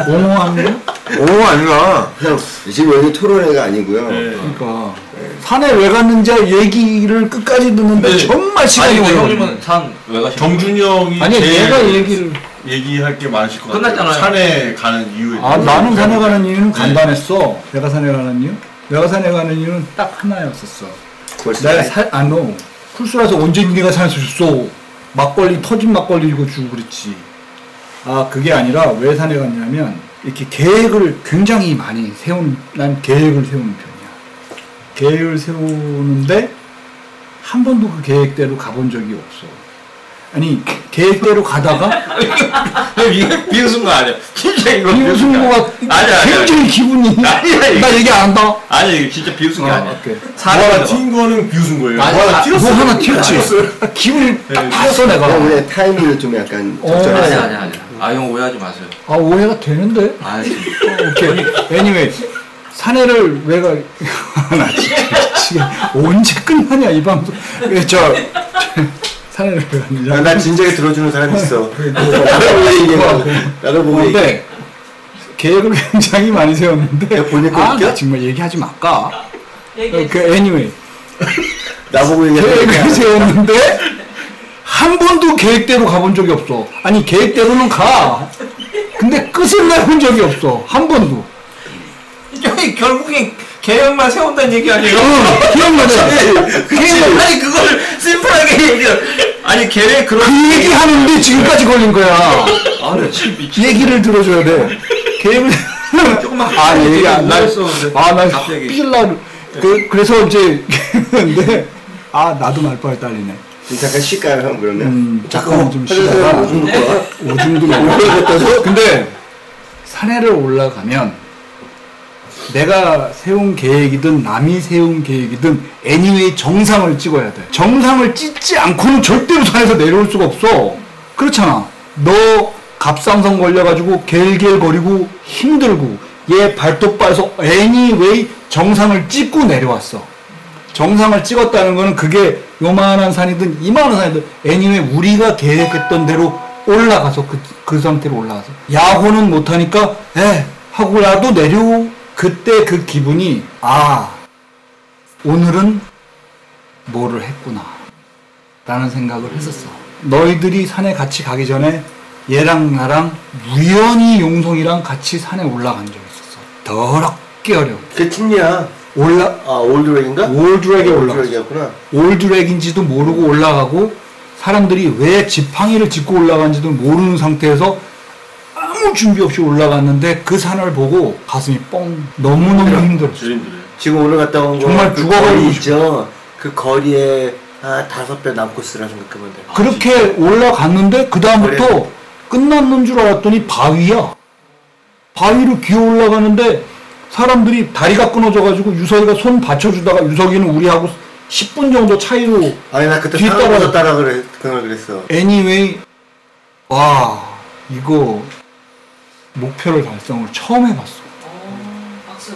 옹호하는 거?
오 아니야.
형 어, 지금 여기 토론회가 아니고요.
네.
그러니까 산에 왜 갔는지 얘기를 끝까지 듣는데
네.
정말
아니
시간이
근데
걸려.
형님은 산왜 가시는
정준이 형이
아니
제일
얘가 얘기를
얘기할 게 많으실 것
끝났잖아요.
같아요. 산에 가는 이유에
아,
대해서.
나는 산에 가는 이유는
네.
간단했어. 내가 산에 가는 이유? 내가 산에 가는 이유는 딱 하나였었어.
벌써
내가 살, 안 넣어. 쿨스라서 언제 네가 산에서 줬어. 막걸리, 터진 막걸리 이거 주고 그랬지. 아, 그게 아니라 왜 산에 갔냐면, 이렇게 계획을 굉장히 많이 세우는, 난 계획을 세우는 편이야. 계획을 세우는데, 한 번도 그 계획대로 가본 적이 없어. 아니, 계획대로 가다가,
이게 비웃은 거 아니야? 진짜 이거
이웃은
거
뭐가
아니야, 아니야.
굉장히 기분이.
아니야, 이거.
나 얘기 안 한다.
아니 이거 진짜 비웃은 게
아,
아니야.
오케이.
뭐
산에
하나
가서
튄 거는 비웃은 거예요.
아니,
뭐 하나
아, 네,
튀었어요.
뭐 하나 튀었지. 아, 기분이 딱 봤어 내가.
오늘 타이밍을 좀 약간
어.
아니
적절하지
아니 아니. 아형 오해하지 마세요.
아 오해가 되는데.
아 진짜.
오케이. anyway 사내를 왜가 나 진짜 지금 언제 끝나냐 이 방송. 예, 저, 저 사내를 왜 갔냐.
나 진작에 들어주는 사람 있어.
나도 보고 얘기.
근데 계획을 굉장히 많이 세웠는데.
내가 보니까
아,
웃겨?
나 정말 얘기하지 말까.
얘기해
그
주세요.
anyway
나보고 얘기해.
그러니까.
계획을 세웠는데 한 번도 계획대로 가본 적이 없어. 아니 계획대로는 가. 근데 끝을 내본 적이 없어. 한 번도.
형이 결국엔 계획만 세운다는 얘기 아니에요?
응, 기억나잖아.
계획 아니 그걸 심플하게 얘기를 아니 계획 그런
그 얘기하는데 지금까지 걸린 거야.
아나 진짜 미친
얘기를 들어줘야 돼. 계획을.
조금만
아, 얘기 안 나.
했었는데
아, 나
갑자기.
삐질라. 그, 그래서 이제. 근데. 아, 나도 말빨 딸리네.
지금 잠깐 쉴까요 형 그러면? 어,
음, 잠깐만 좀 쉬다가.
하려고 하는 거야?
오줌도 먹고. 근데. 산에를 올라가면. 내가 세운 계획이든 남이 세운 계획이든 애니웨이 정상을 찍어야 돼. 정상을 찍지 않고는 절대로 산에서 내려올 수가 없어. 그렇잖아. 너 갑상선 걸려가지고 갤갤거리고 힘들고 얘 발톱 빠져서 애니웨이 정상을 찍고 내려왔어. 정상을 찍었다는 거는 그게 요만한 산이든 이만한 산이든 애니웨이 우리가 계획했던 대로 올라가서 그, 그 상태로 올라가서 야호는 못하니까 에 하고라도 내려오 그때 그 기분이 아 오늘은 뭐를 했구나 라는 생각을 했었어 너희들이 산에 같이 가기 전에 얘랑 나랑 우연히 용성이랑 같이 산에 올라간 적이 있었어 더럽게 어려워
그 팀이야.
올라
아 올드랙인가?
올드랙에 올라갔어
올드랙이었구나.
올드랙인지도 모르고 올라가고 사람들이 왜 지팡이를 짚고 올라간지도 모르는 상태에서 아무 준비 없이 올라갔는데 그 산을 보고 가슴이 뻥 너무너무 힘들었어요.
제일 힘들어요.
지금 올라갔다 온 거.
정말
그
죽어버리고
거리
싶어.
있죠. 그 거리에 아 다섯 배 남코스라 생각하면 돼.
그렇게 올라갔는데 그 다음부터
그래요?
끝났는 줄 알았더니 바위야. 바위로 기어 올라가는데 사람들이 다리가 끊어져가지고 유석이가 손 받쳐주다가 유석이는 우리하고 10분 정도 차이로
아니 나 그때
뒤에
따라서
떨어져.
따라 그래 그걸 그랬어.
anyway 와 이거 목표를 달성을 처음 해봤어.
어, 박수.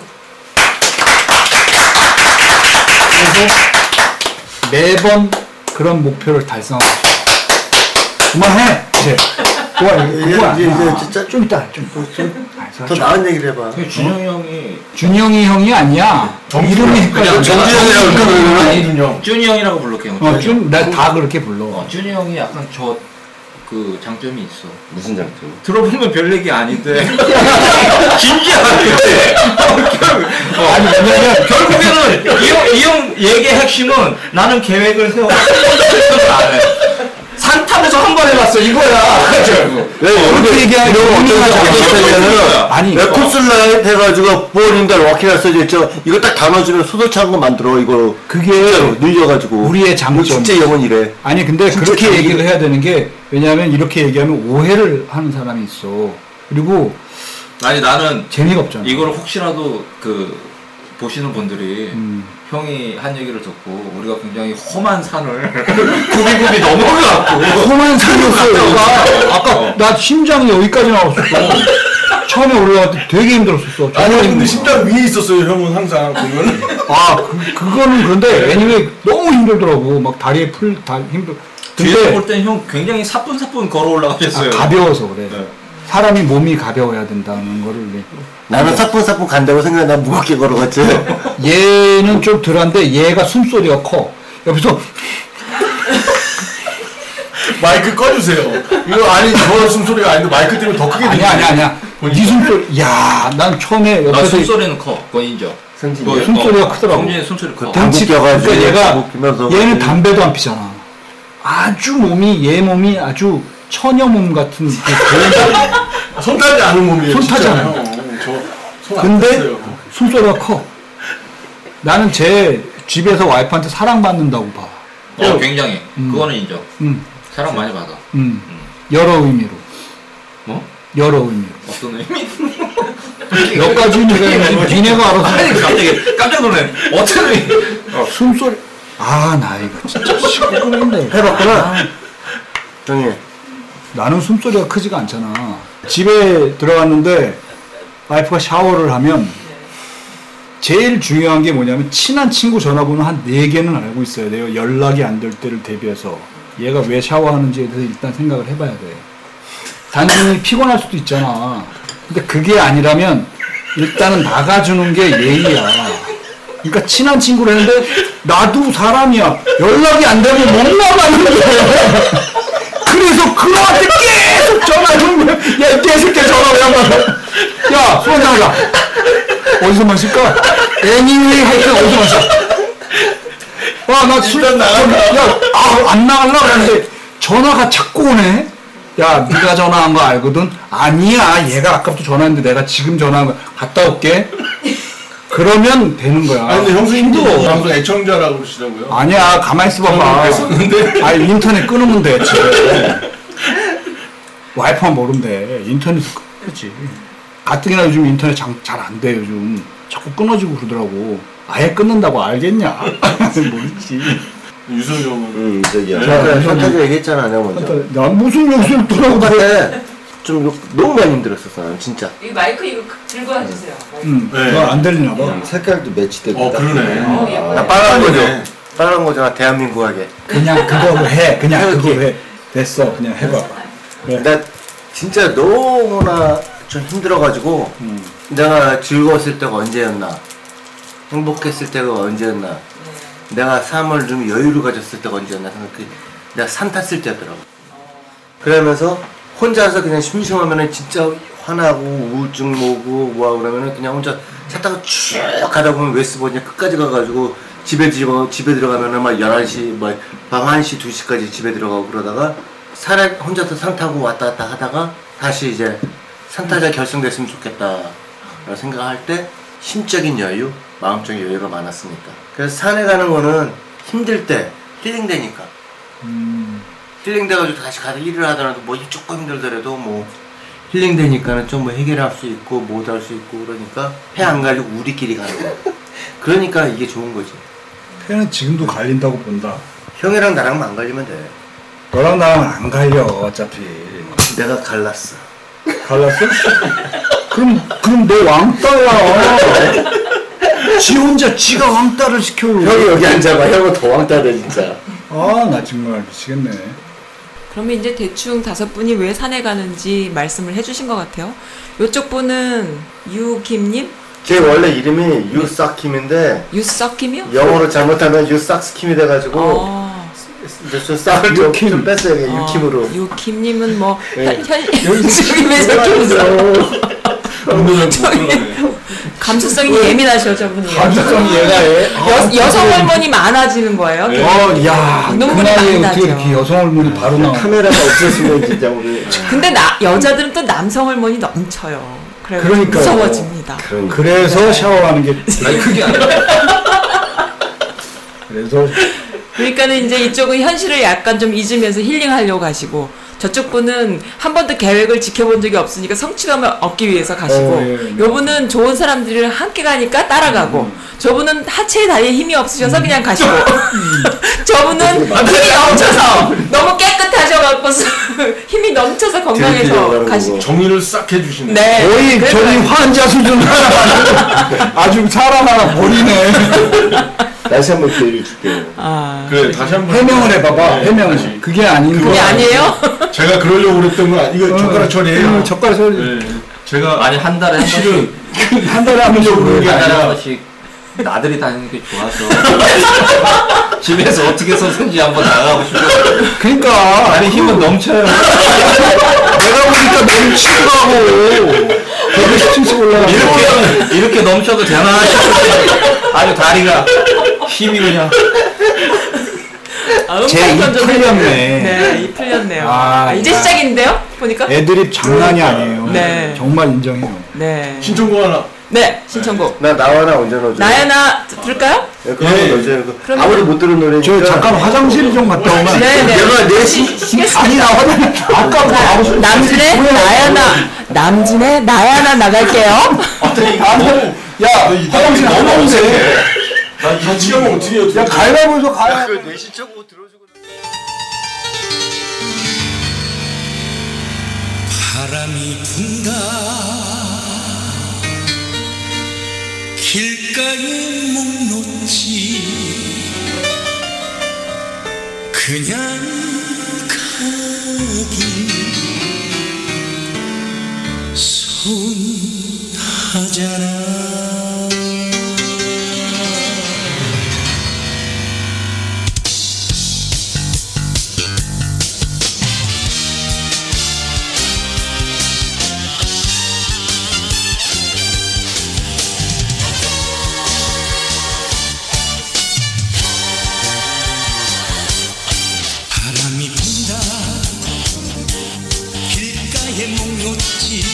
그래서 매번 그런 목표를 달성하고 싶어. 그만해 이제 그만
이제,
그거
이제,
아니야.
이제 진짜 뭐,
좀 이따 좀, 네, 좀 아니,
더
좀-
나은 얘기를 해봐.
그 준영이 형이
준영이 형이 아니야 이름이 헷갈려
아니,
이준영. 이준영.
준이 형이라고 부를게요.
네.
어, 좀나다 그렇게 불러
어, 준이 형이 약간 저 그 장점이 있어.
무슨 장점?
들어보면 별 얘기 아닌데 진지하게 어,
아니 왜냐면
결국에는 이형 이형 얘기의 핵심은 나는 계획을 세워 안 해. 산타면서 한 번 해봤어 이거야 네. 아, 결국
왜
그렇게 얘기하면
어쩌냐면은
아니.
왜 콘슬라에 네, 해가지고 보인다 워킹할 써져 있죠. 이거 딱 담아주면 소도차한 거 만들어 이거
그게
진짜로 늘려가지고
우리의 장점.
이거 진짜 영원 이래.
아니 근데
진짜
그렇게
자기-
얘기를 해야 되는 게 왜냐하면 이렇게 얘기하면 오해를 하는 사람이 있어 그리고
아니 나는
재미가 없잖아
이걸 혹시라도 그 보시는 분들이
음.
형이 한 얘기를 듣고 우리가 굉장히 험한 산을 구비구비 넘어가고 그러니까
험한 산이었어요. 아까 나 심장이 여기까지 나왔었어. 처음에 올라갈 때 되게 힘들었었어.
아니 근데 십단 위에 있었어요 형은 항상 보면.
아 그, 그거는 그런데 애니웨이 너무 힘들더라고. 막 다리에 풀 다 힘들.
뒤에서
근데
볼 땐 형 굉장히 사뿐사뿐 걸어 올라가셨어요
아, 가벼워서 그래.
네.
사람이 몸이 가벼워야 된다는 거를 이제.
나는 사뿐사뿐 간다고 생각해 난 무겁게 걸어갔지.
얘는 좀 덜한데 얘가 숨소리가 커. 옆에서
마이크 꺼주세요. 이거 아니 저 숨소리가 아닌데 마이크 때문에 더 크게
아니야 아니야 아니야. 네 숨소리. 야, 난 처음에
나
옆에서
숨소리는 아, 커 그건 인정
승진이.
그거
숨소리가
어,
크더라고.
성진이 숨소리 커
당-
덩치-
안 묶여가지고
그러니까 얘가
못 끼면서
얘는
그러지.
담배도 안 피잖아. 아주 몸이 얘 몸이 아주 처녀 몸 같은 그 그런-
손 타지 않은 몸이에요.
손 타지
진짜요.
않아요.
저 손안
근데
탔어요.
숨소리가 커. 나는 제 집에서 와이프한테 사랑받는다고 봐.
어 굉장히
음.
그거는 인정
음,
사랑 많이 받아
음. 여러 의미로.
뭐?
여러 의미로.
어떤 의미?
몇 가지 의미가 있는지 니네가 알아서.
아니
그러니까
갑자기 깜짝 놀래 어떤 의미?
숨소리. 아, 나 이거 진짜 시끄러운데. 아.
해봤구나. 형이
나는 숨소리가 크지가 않잖아. 집에 들어갔는데 와이프가 샤워를 하면 제일 중요한 게 뭐냐면 친한 친구 전화번호 한 네개는 알고 있어야 돼요. 연락이 안 될 때를 대비해서 얘가 왜 샤워하는지에 대해서 일단 생각을 해봐야 돼. 단순히 피곤할 수도 있잖아. 근데 그게 아니라면 일단은 나가주는 게 예의야. 그러니까 친한 친구를 했는데 나도 사람이야. 연락이 안 되면 못 나가는데. 그래서 그놈한테 계속 전화를 야, 계속 전화 왜안 받아? 야, 수원 나가. 어디서 마실까? 애니웨이 할때 어디서 마실까? 와, 나 술, 나 야, 아, 안 나갈라 그랬는데, 전화가 자꾸 오네? 야, 네가 전화한 거 알거든? 아니야, 얘가 아까부터 전화했는데 내가 지금 전화한 거야. 갔다 올게. 그러면 되는 거야.
아니 근데 형수님도 방송 애청자라고 그러시더라고요.
아니야, 가만히 있어봐봐. 아니, 인터넷 끊으면 돼, 집에. 와이프만 모르면 돼. 인터넷 끊지. 가뜩이나 요즘 인터넷 잘 안 돼, 요즘. 자꾸 끊어지고 그러더라고. 아예 끊는다고 알겠냐? 모르지.
유성이 형은
음 저기야.
내가 현타가 네, 얘기했잖아 내가 먼저.
나 무슨 욕설 들어오고
그때 좀 욕- 너무 많이 힘들었었어 나는 진짜.
이 마이크 이거 그- 들고 와주세요. 마이크.
응,
네.
너안 들리나
음,
봐.
색깔도 매치되고.
어
딱
그러네.
어, 예뻐요.
나 빨간 거죠.
네.
빨간 거잖아 대한민국하게.
그냥 그거 해. 그냥
해볼게.
그거 해. 됐어. 그냥 해봐.
나 진짜 너무나 좀 힘들어가지고 내가 즐거웠을 때가 언제였나 행복했을 때가 언제였나 내가 삶을 좀 여유를 가졌을 때가 언제였나 생각해 내가 산 탔을 때더라고 그러면서 혼자서 그냥 심심하면은 진짜 화나고 우울증 오고 뭐하고 그러면은 그냥 혼자 차 타고 쭉 가다 보면 웨스버니아 끝까지 가가지고 집에 들어 집에 들어가면은 막 11시 뭐 막밤 1시 2시까지 집에 들어가고 그러다가 산에 혼자서 산 타고 왔다 갔다 하다가 다시 이제 산타자 결승됐으면 좋겠다 라고 생각할 때 심적인 여유, 마음적인 여유가 많았으니까 그래서 산에 가는 거는 힘들 때 힐링 되니까 힐링돼가지고 다시 가서 일을 하더라도 뭐 일이 조금 힘들더라도 뭐 힐링되니까는 좀 뭐 해결할 수 있고 못 할 수 있고 그러니까 해 안 가려고 우리끼리 가는 거 그러니까 이게 좋은 거지
폐는 지금도 갈린다고 본다.
형이랑 나랑만 안 갈리면 돼.
너랑 나랑 안 갈려 어차피.
내가 갈랐어.
갈랐어? 그럼 그럼 내 왕따야. 지 혼자 지가 왕따를 시켜.
형이 여기 앉아봐. 형은 더 왕따다 진짜.
아나 정말 미치겠네.
그러면 이제 대충 다섯 분이 왜 산에 가는지 말씀을 해주신 것 같아요. 요쪽 분은 유김님,
제 원래 이름이 유싹킴인데
유석킴이요?
영어로 잘못하면 유싹스킴이 돼가지고
어.
이제 좀 싹을 좀,
유킴.
좀 뺐어요. 그냥 유킴으로.
유킴님은 뭐
네.
현, 현 지금에서 감수성이 예민하셔 저분이.
감수성이 얘가 해.
여, 여성 할머니 많아지는 거예요.
아, 어, 야,
눈물이
그 나이에
많이
어떻게
나죠.
이렇게 여성 할머니 바로 나와?
카메라가 없었으면 진짜 우리.
근데 나 여자들은 또 남성 할머니 넘쳐요. 그래
그러니까요.
무서워집니다.
그러니까.
네.
그래서 샤워하는 게
아니 그게 아니라
그래서
네. 그러니까는 이제 이쪽은 현실을 약간 좀 잊으면서 힐링하려고 가시고 저쪽 분은 한 번도 계획을 지켜본 적이 없으니까 성취감을 얻기 위해서 가시고
어, 예, 음, 예.
요분은 좋은 사람들이랑 함께 가니까 따라가고 저분은 하체에 다리에 힘이 없으셔서
음.
그냥 가시고 저분은 힘이 넘쳐서 너무 깨끗하셔갖고 힘이 넘쳐서 건강해서
들키려고
가시고
그러고.
정리를 싹 해주시네.
네
거의
그래서
저기 환자 수준 하나 아주 사람 하나 버리네.
다시 한번 기회를 줄게요.
아
그래 다시 한번
해명을 해봐봐.
네,
해명을.
다시.
그게 아닌
그게
거야.
아니에요?
제가 그러려고 그랬던 건 아니-
어.
이거 젓가락 처리해요.
응, 음, 젓가락 처리.
네. 제가
아니 한 달에 한 번씩
실은
한 달에 한 번씩
그런
그래.
게
한 달에 한
아니라
번씩 나들이 다니는 게 좋아서 집에서 어떻게 서든지 한번 나가고 싶어.
그러니까
아니 힘은 넘쳐요.
내가 보니까 너무 치고하고 되게 스트레스 올라가.
이렇게 이렇게 넘쳐도 되나 싶었어요. 아주 다리가 힘이 그냥
아, 음파
제입
던져서
풀렸네.
네, 입 풀렸네요.
아, 예.
아, 이제
야.
시작인데요? 보니까
애드립 장난이 아니에요.
네.
정말 인정해요.
네.
신청곡 하나
네, 신청곡.
나 나와나 언제 넣어줘.
나야나 들을까요?
예, 그런 거
예.
넣어줘요.
그럼요.
아무리 못 들은 노래니까.
저 잠깐 화장실 좀 갔다 오면.
네, 네.
내가 내 시,
아니 나 화장실 아까 뭐 가고 싶
남진의 나야나. 남진의 나야나 나갈게요.
야 화장실 안 가는데.
나 같이 가면 어떻게 해요?
야 갈라보면서 가야.
바람이 분다 길가에 목 놓지 그냥 가기 서운하잖아 바람이 분다 길가에 목 놓지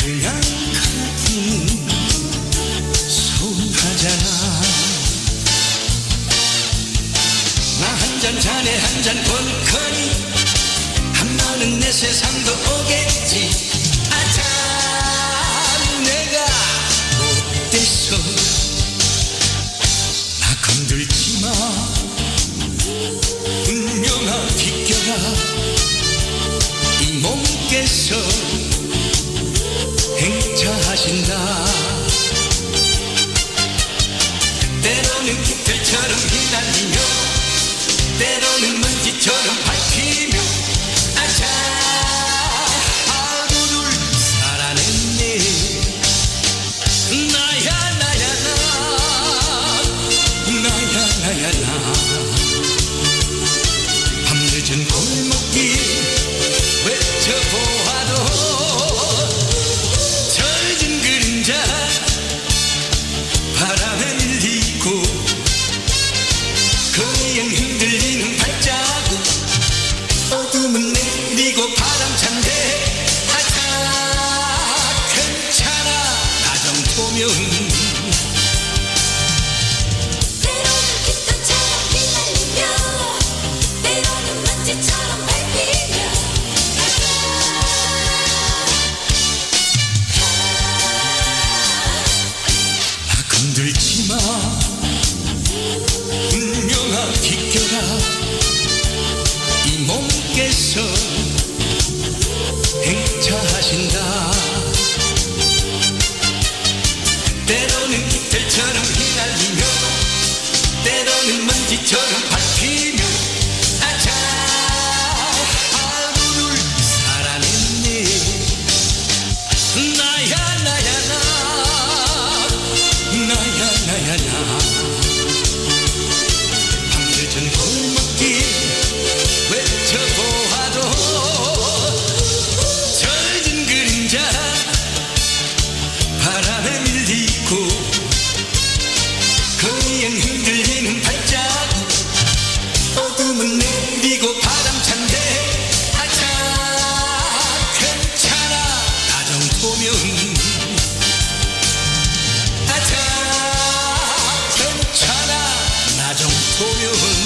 그냥 가기는 서운하잖아 나 한 잔 자네 한 잔 벌커니 한마는 내 세상도 오겠지 아참 내가 못됐어 나 건들지 마 운명아 비껴라 이 몸께서 행차하신다 때로는 깃털처럼 휘날리며 때로는 먼지처럼 밟히며 아차 네. 처하신다 때로는 이틀처럼 휘날리며 때로는 먼지처럼 밟히며 아차 하루를 살아냈네 나야 나야 나 나야 나야 나 밤늦은 골목길 외쳐보아도 젖은 그림자 바람에 밀리고 거리엔 흔들리는 발짝 어둠은 내리고 바람찬데 아차 괜찮아 나 정도면 아차 괜찮아 나 정도면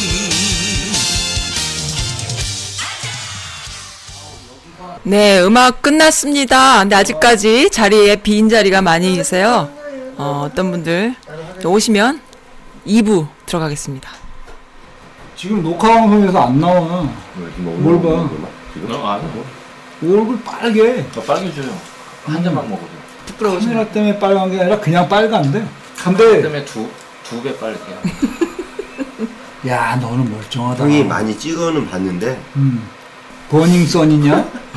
네, 음악 끝났습니다. 근데 아직까지 자리에 빈 자리가 많이 계세요. 어, 어떤 분들 오시면 2부 들어가겠습니다.
지금 녹화 방송에서 안 나와. 뭘 봐.
아, 뭐.
얼굴 빨개.
더 빨개져요. 한 잔만 먹어도.
카메라 때문에 빨간 게 아니라 그냥 빨간데.
그
근데
다음에 두, 두 배 빨개요.
야 너는 멀쩡하다.
형이 많이 찍어는 봤는데
음. 버닝 선이냐?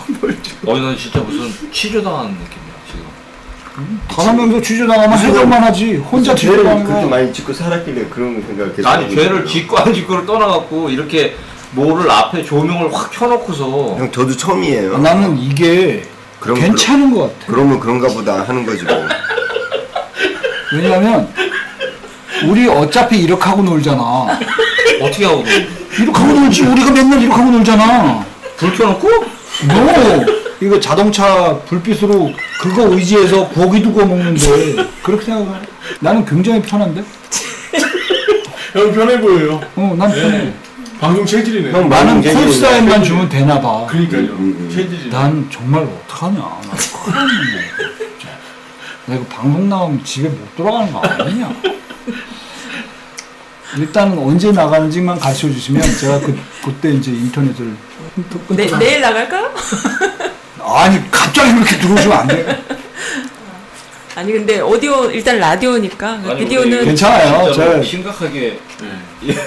어, 는 진짜 무슨 치료당하는 느낌이야, 지금.
다른 명도 취조당하면 해결만 하지. 혼자
죄를
취조당하는
그렇게
거야.
많이 짓고 살았길래 그런 생각을 계속
아니,
하고
죄를
있어요.
짓고 안 짓고를 떠나갖고, 이렇게 뭐를 앞에 조명을 확 켜놓고서.
형 저도 처음이에요
나는 이게
그럼
아, 괜찮은 것 같아.
그러면 그런가 보다 하는 거지 뭐
왜냐면 우리 어차피 이렇게 하고 놀잖아.
네.
어떻게 하고. 그래?
이렇게 하고 놀지. 우리가 맨날 이렇게 하고 놀잖아.
불 켜놓고?
no! 이거 자동차 불빛으로 그거 의지해서 고기도 구워 먹는데 그렇게 생각을 해. 나는 굉장히 편한데?
형 편해 보여요.
어, 난 편해.
방송 체질이네.
형
나는
굉장히-
콜사인만 주면 되나 봐.
그러니까요.
음, 음.
체질이.
난 정말 어떡하냐. 나 큰일 났네. 진짜. 나 이거 방송 나오면 집에 못 돌아가는 거 아니냐. 일단 언제 나가는지만 가르쳐 주시면 제가 그, 그때 이제 인터넷을.
내, 네, 내일 나갈까요?
아니, 갑자기 이렇게 들어오시면 안 돼요.
아니 근데 오디오 일단 라디오니까
아니,
비디오는
우리
괜찮아요.
진짜로
제가
심각하게.
제가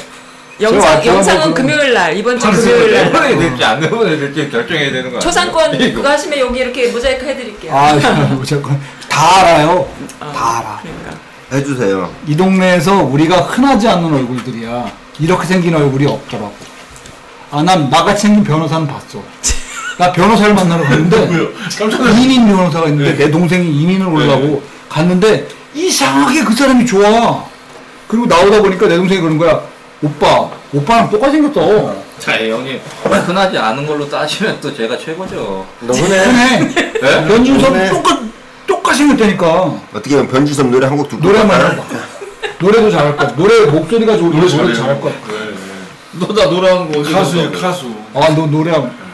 영상
왔죠.
영상은
그거.
금요일 날 이번 주 금요일 날
내보내야 네, 될지 안 내보내야 될지 결정해야 되는 거야.
초상권
네.
그거 하시면 여기 이렇게 모자이크 해드릴게요.
아, 무조건 다 알아요. 다 알아.
그러니까
해주세요
이 동네에서 우리가 흔하지 않는 얼굴들이야. 이렇게 생긴 얼굴이 없더라고. 아, 난 나같이 생긴 변호사는 봤어. 나 변호사를 만나러 갔는데
깜짝
이민 그러니까 변호사가 있는데
네.
내 동생이 이민을 오려고 갔는데 이상하게 그 사람이 좋아. 그리고 나오다 보니까 내 동생이 그런 거야. 오빠, 오빠랑 똑같이 생겼어.
자, 예, 형님. 흔하지 않은 걸로 따지면 또 제가 최고죠.
너 흔해
그래.
예?
네. 변준섭
그러네.
똑같, 똑같이 생겼다니까.
어떻게 보면 변주섭 노래 한 곡 듣고
노래만
갈까요?
해봐. 노래도 잘할 거야. 노래 목소리가 좋은 노래
잘해요.
잘할 거야.
네, 네.
너나 노래하는 거 어디
카수예요,
갔다고.
카수.
아, 너 노래하면.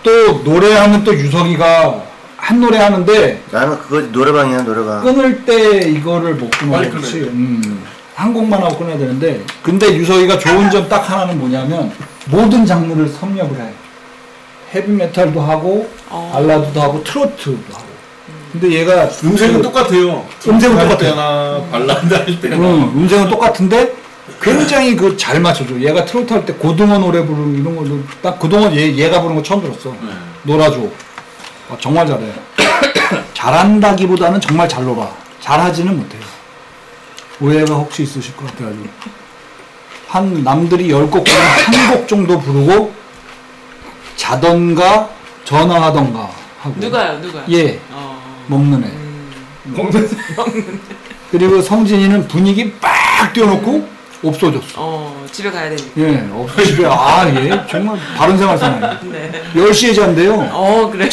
또, 노래하면 또 유석이가 한 노래 하는데,
나는 그거 노래방이야 노래방
끊을 때 이거를 못 끊어.
빨리
그렇지.
끊어야 돼.
음. 한 곡만 하고 끊어야 되는데, 근데 유석이가 좋은 점 딱 하나는 뭐냐면, 모든 장르를 섭렵을 해. 헤비메탈도 하고,
어.
발라드도 하고, 트로트도 하고. 근데 얘가.
음색은
그-
똑같아요.
음색은
할
똑같아요.
때나 발라드 할 때나.
응, 음색은 똑같은데 굉장히 그 잘 맞춰줘. 얘가 트로트 할 때 고등어 노래 부르는 이런 걸로 딱 그동안 얘, 얘가 부르는 거 처음 들었어. 놀아줘. 아, 정말 잘해. 잘한다기보다는 정말 잘 놀아. 잘하지는 못해요. 오해가 혹시 있으실 것 같아가지고. 한 남들이 열 곡 중에 한곡 정도 부르고 자던가 전화하던가 하고
누가요 누가?
예
어.
먹는 애 그리고 성진이는 분위기 빡 띄워놓고 없어졌어.
어 집에 가야 되니까.
예, 없어집에 아, 예. 정말 바른 생활 사나이.
네.
10시에 잔대요.
어 그래요.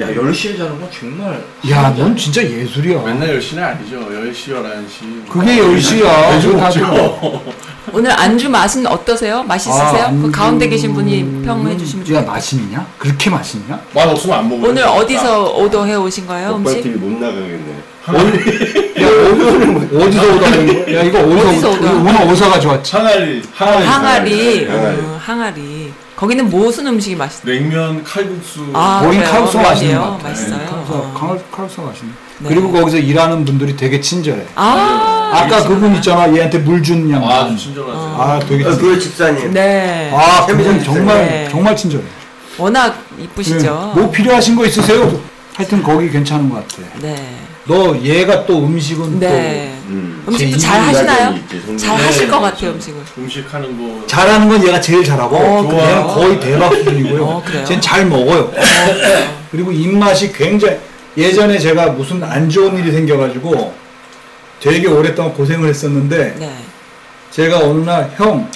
야, 10시에 자는 건 정말.
야, 넌 진짜 예술이야.
맨날 10시는 아니죠. 10시, 11시. 아, 네,
그게 10시야.
매주
다
먹죠.
오늘 안주 맛은 어떠세요?
아,
맛있으세요? 그 가운데 계신 분이 평해 주시면
야,
좋겠어요.
맛있냐? 그렇게 맛있냐?
맛 없으면 안 먹어요. 아,
오늘 어디서 오더해 오신 거예요
오빠
음식?
TV 못 나가겠네
야, 어- 어디서 오다 온 거야? 야, 이거 어디서,
어디서
오-
오다?
오늘 어디서 가져왔지? 네,
항아리. 항아리.
항아리.
항아리.
어, 항아리. 거기는 무슨 음식이 맛있어요?
냉면, 칼국수.
아,
거긴
그래요?
음, 칼국수가 맛있는
라면이에요?
것 네, 같아.
맛있어요.
칼국수가,
어.
칼- 칼국수가 맛있네.
네.
그리고 거기서 일하는 분들이 되게 친절해.
아,
아까 그분 있잖아. 얘한테 물 준 양.
아주 친절하세요.
아, 되게.
어, 그 집사님.
네.
아,
재밌어요.
그분 정말,
네.
정말 친절해.
워낙 이쁘시죠?
네. 뭐 필요하신 거 있으세요? 하여튼 거기 괜찮은 것 같아.
네.
너 얘가 또 음식은
네.
음.
음식도
제
잘 하시나요?
이야기는 있지, 성분이.
잘
네,
하실 것
그렇죠.
같아요, 음식을.
음식 하는 거.
또 잘하는 건 얘가 제일 잘하고
어,
얘는
그래요?
거의 대박 수준이고요.
어, 그래요?
쟤는 잘 먹어요. 그리고 입맛이 굉장히 예전에 제가 무슨 안 좋은 일이 생겨가지고 되게 오랫동안 고생을 했었는데
네.
제가 어느 날 형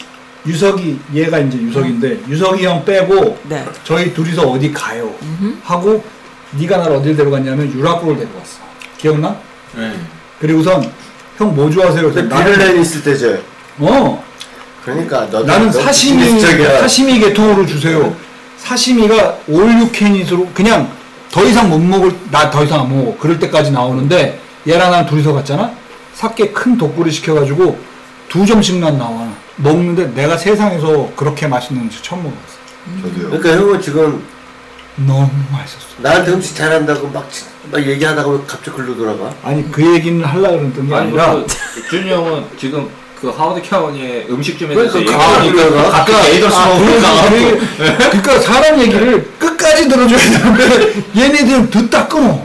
유석이 얘가 이제 유석인데 유석이 형 빼고
음. 네.
저희 둘이서 어디 가요 하고 네가 날 어딜 데려갔냐면 유라골을 데려갔어. 기억나?
네.
그리고선 형 뭐 좋아하세요?
근데
그래서
비를
나는-
내리실 때 저.
어
그러니까 너
나는
너
사시미
비즈니스적이야.
사시미 계통으로 주세요. 사시미가 올육캔이으로 그냥 더 이상 못 먹을 나 더 이상 안 먹어. 그럴 때까지 나오는데 얘랑 난 둘이서 갔잖아. 사케 큰 독구를 시켜가지고 두 점씩만 나와 먹는데 내가 세상에서 그렇게 맛있는 음식 처음 먹었어.
저도요.
그러니까 형은 지금
너무 맛있었어.
나한테 음식 잘한다고 막, 치- 막 얘기하다가 왜 갑자기 글로 돌아가?
아니 그 얘기는 하려 그랬던 게
아니
아니라
그 준이 형은 지금 그 하워드 캬원의 음식점에
그러니까
대해서 얘기-
가-
그러니까
가끔
에이더스
아,
먹으러
그러니까.
그
가고
얘기-
네.
그러니까 사람 얘기를 끝까지 들어줘야 되는데 얘네들은 듣다 끊어.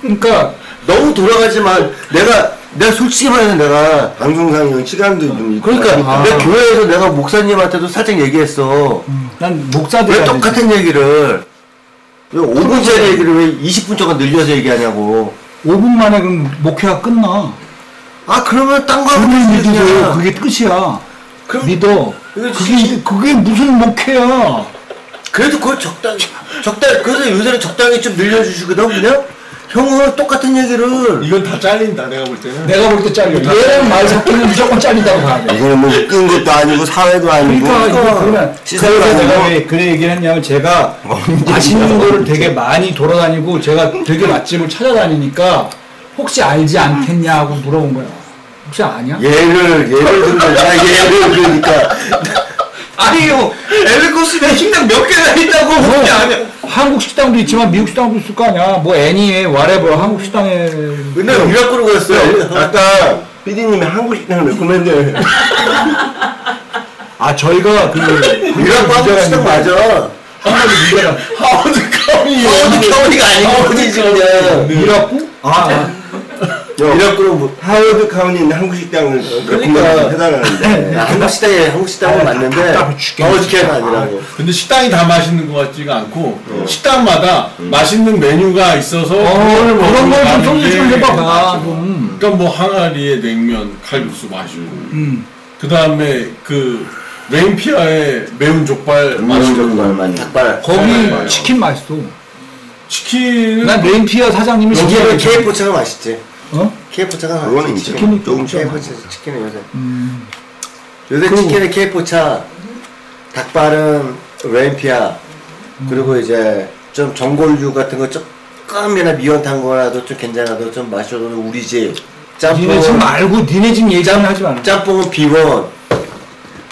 그러니까
너무 돌아가지만 내가 내가 솔직히 말해서 내가
방송상 시간도 좀 있고.
그러니까
아.
내 교회에서 내가 목사님한테도 살짝 얘기했어.
난 목사들
왜 똑같은 얘기를 왜 5분짜리 얘기를 왜 20분 동안 늘려서 얘기하냐고.
5분 만에 그럼 목회가 끝나.
아 그러면 딴거
그걸 믿으세요. 그게 끝이야.
그럼-
믿어.
이거
그게, 그게 무슨 목회야.
그래도 그걸 적당히 적당 그래서 요새는 적당히 좀 늘려주시거든 그냥 형은 똑같은 얘기를
이건 다 잘린다, 내가 볼 때는.
내가 볼 때 잘려. 얘랑 말 섞이면 무조건 잘린다고 봐야 돼.
이거는 뭐 웃긴 것도 아니고 사회도 아니고.
그러니까, 이거 그러면
음. 시사회가
그래서 내가
아니고.
왜 그래 얘기를 했냐면 제가 맛있는 거를 되게 많이 돌아다니고 제가 되게 맛집을 찾아다니니까 혹시 알지 않겠냐 하고 물어본 거야. 혹시 아냐?
예를 예를 들면 나 예를 그러니까
아니요.
엘리코스에 식당 몇 개나 있다고
어.
그게 아니야.
한국 식당도 있지만 미국 식당도 있을 거 아니야. 뭐 애니에 와레버 한국 식당에
근데 유학으로 갔어요. 어. 아까 PD님이 한국 식당을 몇 군데
아 저희가 그
유학 한국 식당 맞아.
어디 경우가 아니고 어디 그냥
미라꾸? 아,
유학으로 뭐 하워드 카운티 있는 한국 식당을
그
그러니까.
몇 군데 해달라는데.
야, 아, 한국 시대에 한국 식당은 맞는데
네. 아, 답답해 죽겠네.
어지게가 아니라고
근데 식당이 다 맛있는 것 같지가 않고
어.
식당마다
음.
맛있는 메뉴가 있어서 그걸 먹으러
그런 걸좀
가는
정리 좀
게
해봐봐. 아, 음.
그러니까 뭐 항아리에 냉면, 칼국수 마시고
음.
그 다음에 그 레인피아의 매운 족발
음식적인
마시고
걸 많이.
아, 닭발
거기 치킨 맛있어.
치킨은
난 레인피어 사장님이
여기는
진짜
케이포차가 맛있지
어?
케이포차가
그거는
맛있지
치킨이 음.
조금
케이포차 치킨은 요새 요새 치킨은 케이포차 닭발은 레인피아 그리고
음.
이제 좀 전골류 같은 거 조금이나 미원탄 거라도 좀 괜찮아도 좀 마셔도 우리 집
니네 집
짬뽕
말고 니네 집 얘기는 하지 말라.
짬뽕은 비원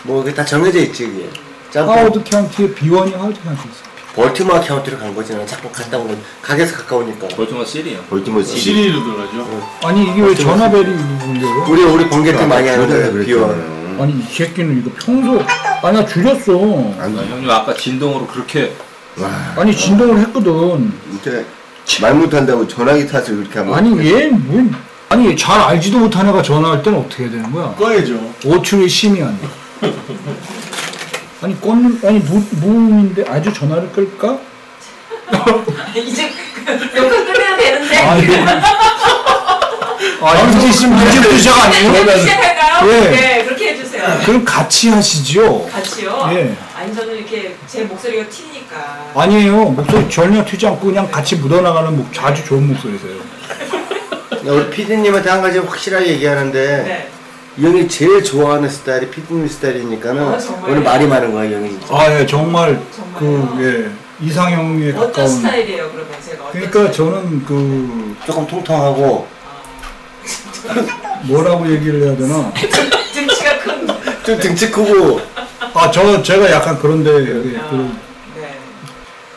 뭐 이게 다 정해져 있지 이게
아,
짬뽕
하워드 카운티에 아, 비원이 하워드 카운티 있어.
볼티모어 카운티로 간 거지 나 자꾸 갔다 온 가게에서 가까우니까
볼티모어 시리요.
볼티모 시리.
시리로 들어가죠
아니 이게 왜 전화벨이 울려?
우리 우리 번개팀 많이 하는데 비원
아, 그랬잖아요.
아니 이 새끼는 이거 평소 아나 줄였어.
아, 형님 아까 진동으로 그렇게
와
아니 진동을 했거든.
진짜 말 못한다고 전화기 탓을 그렇게 하면.
아니 얘뭐 아니 잘 알지도 못한 애가 전화할 때는 어떻게 해야 되는 거야?
꺼야죠
오출이 심이한. 아니 꽂는 아니 무 무인데 아주 전화를 끌까?
이제 녹화 끝내야 되는데.
아니. 아, 이게 지금 문제 부자가 아니에요?
네, 시작할까요?
예.
네, 그렇게 해주세요.
그럼 같이 하시죠.
같이요?
예.
아니, 저는 이렇게 제 목소리가 튀니까.
아니에요. 목소리 전혀 튀지 않고 그냥 같이 묻어나가는 목, 아주 좋은 목소리세요.
야, 우리 피디님한테 한 가지 확실하게 얘기하는데
네.
이 형이 제일 좋아하는 스타일이 피디님 스타일이니까는
아, 정말요?
오늘 말이 많은 거야 이 어, 형이
아, 예, 정말, 그,
정말요?
예, 이상형에
어떤
가까운.
스타일이에요, 그러면 제가? 어떤
그러니까
스타일?
저는 그,
조금 통통하고
뭐라고 얘기를 해야 되나?
등치가 큰.
네,
좀 등치 크고
아, 아, 저, 제가 약간 그런데, 그, 그
네.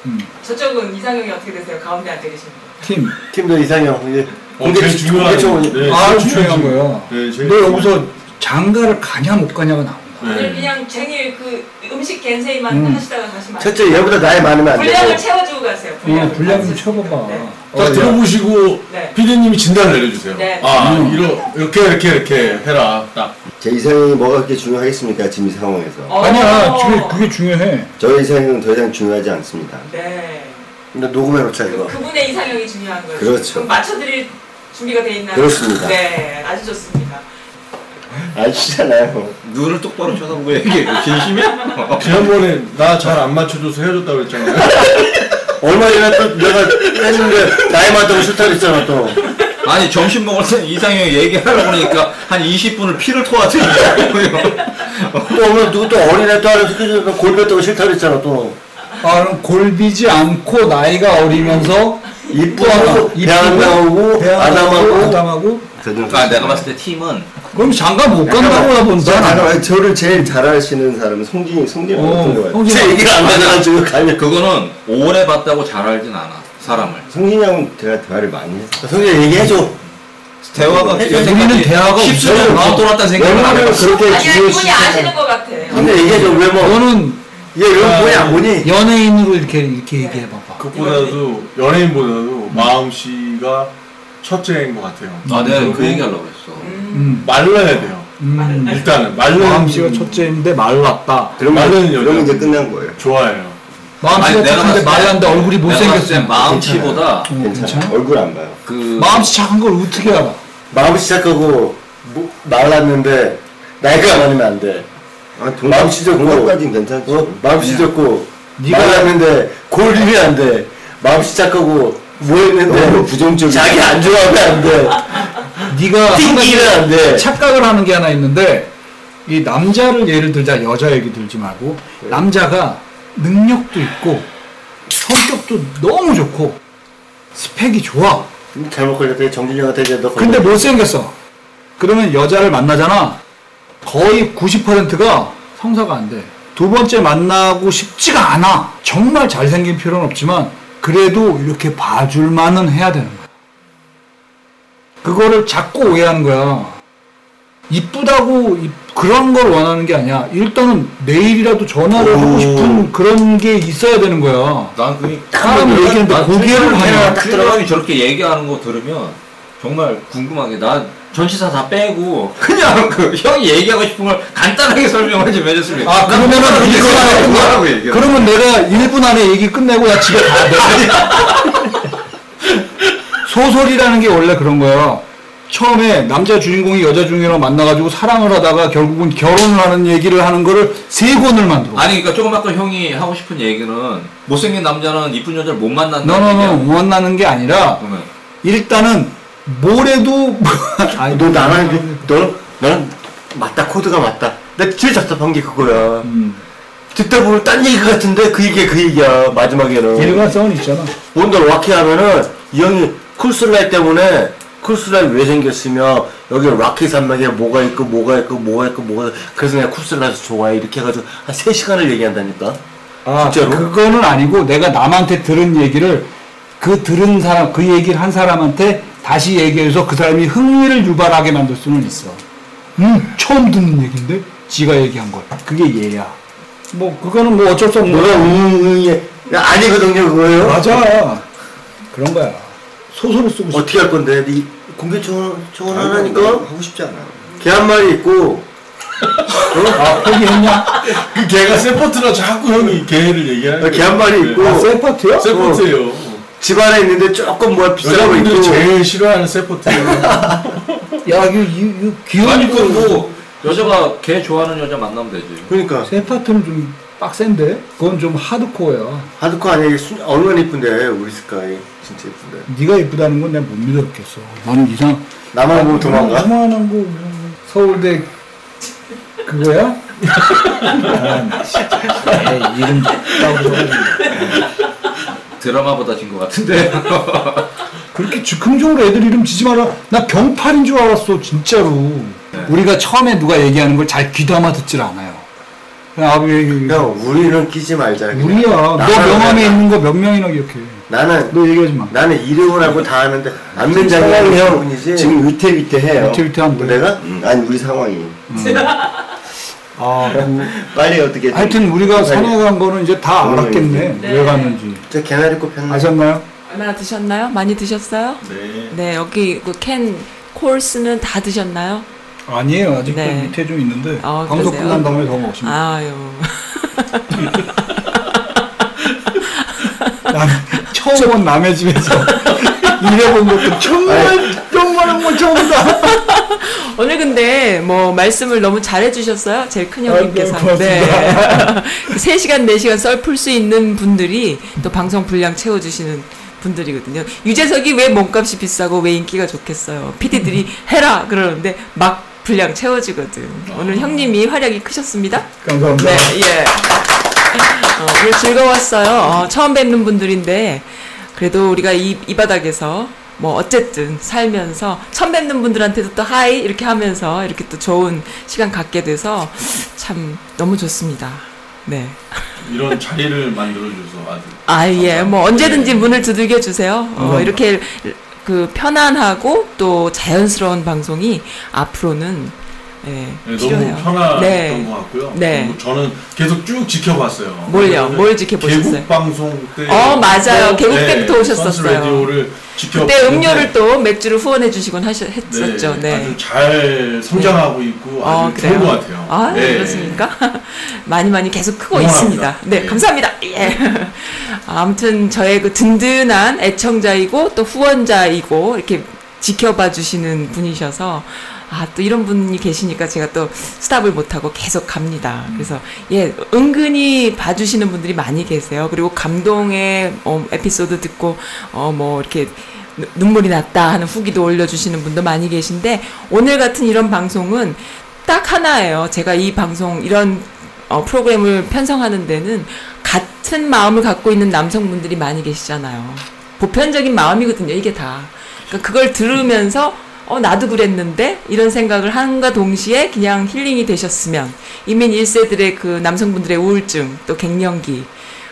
음.
저쪽은 이상형이 어떻게 되세요? 가운데 앉아 계십니다.
팀.
팀도 이상형 이제
어,
공개
제일 중요한-
공개청원이
네,
아,
제일
중요한 거예요.
네, 제일
너
중요한-
여기서 장가를 가냐, 못 가냐가 나온다.
오늘
네.
아, 그냥 쟁일 그 음식 겐세이만
음.
하시다가 가시면 안 돼요.
첫째 얘보다 나이 많으면 안
분량을
되고
채워주고 가세요.
어, 분량 좀
가세요.
쳐봐봐.
아, 네.
어,
딱 들어보시고
네.
피디님이 진단을 내려주세요.
네.
아
음.
이러, 이렇게 이렇게 이렇게 해라 딱.
아.
제 이상형이 뭐가 그렇게 중요하겠습니까? 지금 이 상황에서.
어.
아니야, 중요, 그게 중요해.
저의 이상형은 더 이상 중요하지 않습니다.
네.
근데 녹음해 놓자 이거
그분의 이상형이 중요한 거예요.
그렇죠.
그럼 맞춰드릴 준비가 돼 있나요?
그렇습니다.
네, 아주 좋습니다.
아시잖아요.
눈을 똑바로 쳐다보고 얘기해. 진심이야?
지난번에 나 잘 안 맞춰줘서 헤어졌다고 했잖아요.
얼마 전에 또 내가 했는데 나이 많다고 싫다 그랬잖아 또
아니 점심 먹을 때 이상형 얘기하려고 그러니까 한 20분을 피를 토하더니 그러니까
또 오늘 누구 또 어린애 또 하나 시켜줘서 골뱃다고 싫다 그랬잖아 또
아, 그럼 골비지 않고 나이가 어리면서
아,
이쁘고 배 안 나오고 아담하고
아담하고
그러니까 내가 봤을 때 팀은
그럼 장가 못 간다고 나 본다.
저는 저를 제일 잘 아시는 사람은 송진이, 송진이 어떤 거 같아요?
형님,
제 얘기가 안 맞아가지고 가면
그거는 오래 봤다고 잘 알진 않아 사람을
송진이 형은 제가 대화를 많이 해요.
성재 얘기해줘
음. 대화가
우리는 대화가
십수년
아,
없어요.
마음 돌았다는 뭐 생각을 안
왜냐면
해봤어
그렇게
아니야, 이분이
중요시잖아
아시는 것 같아요.
근데 얘기해줘 왜뭐
너는
얘 이거 뭐야 뭐니
연예인으로 이렇게 이렇게 얘기해봐봐.
네. 그보다도 연예인보다도 마음 씨가 첫째인 것 같아요.
아 내가 그
그리고
얘기하려고 했어
음,
말라야 돼요.
음.
네.
일단은 말라는
마음씨가 첫째인데 말랐다.
그러면,
많은
그러면 이제
여자분들.
끝난 거예요.
좋아해요.
마음씨가 첫째인데 말랐는데 얼굴이 못생겼어.
마음치보다
어,
괜찮아요.
괜찮아?
얼굴 안 봐요.
그
마음씨 착한 걸 어떻게 알아?
마음 시작하고 뭐- 말랐는데 나이가 많으면 안돼
아,
마음 찢었고.
동갑까지는 괜찮죠.
어? 마음 시작고
네가-
말랐는데 골립이 안돼 마음 시작하고 뭐
너무
했는데
부정적이야.
자기 안 좋아하면 안돼
네가 한 가지
띵기는 안돼
착각을 하는 게 하나 있는데 이 남자를 예를 들자 여자 얘기 들지 말고 남자가 능력도 있고 성격도 너무 좋고 스펙이 좋아.
잘못 걸렸더니 정준영한테 이제 너
근데
걸려.
못생겼어. 그러면 여자를 만나잖아. 거의 90%가 성사가 안 돼. 두 번째 만나고 싶지가 않아. 정말 잘생긴 필요는 없지만 그래도 이렇게 봐줄만은 해야 되는 거야. 그거를 자꾸 오해하는 거야. 이쁘다고 이- 그런 걸 원하는 게 아니야. 일단은 내일이라도 전화를 하고 싶은 그런 게 있어야 되는 거야.
난 그게
사람 얘기하는데 고개를 하냐.
트레이너이 저렇게 얘기하는 거 들으면 정말 궁금한 게 나 전시사 다 빼고 그냥 그 형이 얘기하고 싶은 걸 간단하게 설명을 좀 해줬으면
아,
난
그러면은
그거라고
이거
얘기하고
하라고
그거라고 얘기해
그러면 내가 1분 안에 얘기 끝내고 나 집에 가야 돼. 소설이라는 게 원래 그런 거예요. 처음에 남자 주인공이 여자 주인공이랑 만나가지고 사랑을 하다가 결국은 결혼을 하는 얘기를 하는 거를 세 권을 만들어.
아니 그러니까 조금 아까 형이 하고 싶은 얘기는 못생긴 남자는 이쁜 여자를 못 만난다
너너너 원하는 게 아니라
그러면
일단은 뭐래도 아니
너 나랑 이제- 너 나랑 맞다 코드가 맞다 내가 제일 답답한 게 그거야
음,
듣다 보면 딴 얘기 같은데 그 얘기야 그 얘기야 마지막에는
일관성은 있잖아.
뭔가 락해 하면은 이 형이 쿨슬라이 때문에 쿨슬라이 왜 생겼으며 여기 락해 산맥에 뭐가 있고 뭐가 있고 뭐가 있고 뭐가 있고 그래서 내가 쿨슬라이 좋아해 이렇게 해가지고 한 3시간을 얘기한다니까
아,
진짜로?
그거는 아니고 내가 남한테 들은 얘기를 그 들은 사람, 그 얘기를 한 사람한테 다시 얘기해서 그 사람이 흥미를 유발하게 만들 수는 있어. 음, 처음 듣는 얘기인데? 지가 얘기한 걸. 그게 얘야. 뭐, 그거는 뭐 어쩔 수 없는
뭐가 우웅웅이 아니거든요 그거예요
맞아. 그런 거야. 소설을 쓰고 싶어.
어떻게 할 건데 네 공개청원 청원 하나니까
하고 싶지 않아요.
개 한 마리 있고
아, 포기했냐?
그 걔가 세포트라 자꾸 형이 걔를 얘기하는.
아,
네.
개 한 마리 있고
아, 셀파트야?
세포트예요. 어.
집안에 있는데 조금 뭐야 비싼 거
여자분들이
그 있고
제일 싫어하는 세포트예요.
야, 이거, 이거
아니
귀여운 거.
그럼 뭐 여자가 걔 좋아하는 여자 만나면 되지
그러니까
셀파트는 좀 빡센데? 그건 좀 하드코어야.
하드코어 아니야 이게 순- 얼마나 이쁜데 우리 스카이 진짜 이쁜데
네가 이쁘다는 건 내가 못 믿었겠어. 너는 이상.
나만 보면 도망가
만거 서울대 그거야? 아, 진짜. 에이, 이름 따고
드라마보다 진 것 같은데 아,
그렇게 즉흥적으로 애들 이름 지지 마라. 나 경팔인 줄 알았어, 진짜로. 우리가 처음에 누가 얘기하는 걸 잘 귀담아 듣질 않아요. 그냥 아버지
형, 우리는 끼지 말자. 그냥.
우리야. 너
나만
명함에
그냥.
있는 거 몇 명이나 기억해.
나는
너 얘기하지 마.
나는 이름을 하고 다 아는데 안면 장관이 형 지금 위태위태해요.
위태위태한 거예요?
내가 아니 우리 상황이
아,
빨리 어떻게 좀-
하여튼 우리가
빨리.
산에 간 거는 이제 다
음,
알았겠네.
네.
왜 갔는지.
저 개나리꽃 폈나?
아셨나요?
얼마나 드셨나요? 많이 드셨어요?
네.
네, 여기 그 캔 콜스는 다 드셨나요?
아니에요. 아직도
네.
밑에 좀 있는데
아,
방송
그러세요?
끝난 다음에 더 먹습니다.
아유.
남, 처음 온 남의 집에서 일해본 것도 정말 정말 한번 처음이다.
오늘 근데 뭐 말씀을 너무 잘해주셨어요. 제일 큰 형님께서. 네.
아이고, 고맙습니다.
3시간, 4시간 썰 풀 수 있는 분들이 또 방송 분량 채워주시는 분들이거든요. 유재석이 왜 몸값이 비싸고 왜 인기가 좋겠어요. PD들이 해라! 그러는데 막 분량 채워주거든.
아.
오늘 형님이 활약이 크셨습니다.
감사합니다.
네, 예. 어, 오늘 즐거웠어요. 어, 처음 뵙는 분들인데, 그래도 우리가 이, 이 바닥에서, 뭐, 어쨌든 살면서, 처음 뵙는 분들한테도 또 하이! 이렇게 하면서, 이렇게 또 좋은 시간 갖게 돼서, 참, 너무 좋습니다. 네.
이런 자리를 만들어줘서 아주.
아, 예. 뭐, 언제든지
예.
문을 두들겨 주세요. 어,
네.
감사합니다.
이렇게, 그, 편안하고, 또 자연스러운 방송이 앞으로는, 예.
네,
필요해요.
너무 편했던
네.
것 같고요.
네.
그리고 저는 계속 쭉 지켜봤어요.
뭘요? 뭘 지켜보셨어요?
개국 방송 때.
어, 맞아요. 개국
네,
때부터
선수
오셨었어요.
라디오를 지켜.
그때 음료를 또 맥주를 후원해 주시곤 하셨, 했었죠. 네.
네. 아주 잘 성장하고 있고
어,
아주 좋은 것 같아요.
아,
네.
그렇습니까? 많이 많이 계속 크고
응원합니다.
있습니다. 네,
네.
감사합니다. 예. 아무튼 저의 그 든든한 애청자이고 또 후원자이고 이렇게 지켜봐 주시는 분이셔서 아, 또 이런 분이 계시니까 제가 또 스탑을 못하고 계속 갑니다. 그래서, 예, 은근히 봐주시는 분들이 많이 계세요. 그리고 감동의 어, 에피소드 듣고, 어, 뭐, 이렇게 누- 눈물이 났다 하는 후기도 올려주시는 분도 많이 계신데, 오늘 같은 이런 방송은 딱 하나예요. 제가 이 방송, 이런 어, 프로그램을 편성하는 데는 같은 마음을 갖고 있는 남성분들이 많이 계시잖아요. 보편적인 마음이거든요, 이게 다. 그러니까 그걸 들으면서, 어, 나도 그랬는데? 이런 생각을 한과 동시에 그냥 힐링이 되셨으면, 이민 1세들의 그 남성분들의 우울증, 또 갱년기,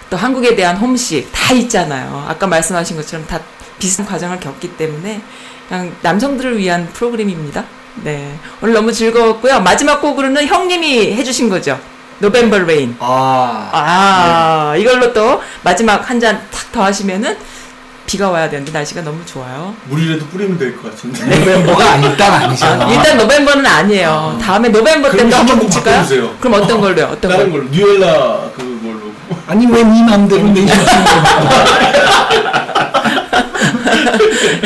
또 한국에 대한 홈식, 다 있잖아요. 아까 말씀하신 것처럼 다 비슷한 과정을 겪기 때문에, 그냥 남성들을 위한 프로그램입니다. 네. 오늘 너무 즐거웠고요. 마지막 곡으로는 형님이 해주신 거죠. 노벤버 레인.
아,
아,
네.
이걸로 또 마지막 한 잔 탁 더 하시면은 비가 와야 되는데 날씨가 너무 좋아요.
물이라도 뿌리면 될 것 같은데.
네.
멤버가 일단 네. 아니잖아.
일단 노벤버는 아니에요. 다음에 노벤버
그럼
때또
한번
한번
꼭
붙일까요?
바꿔주세요.
그럼 어떤 걸로요? 어떤
다른
걸로?
걸로 뉴엘라 그걸로.
아니 왜네 맘대로 내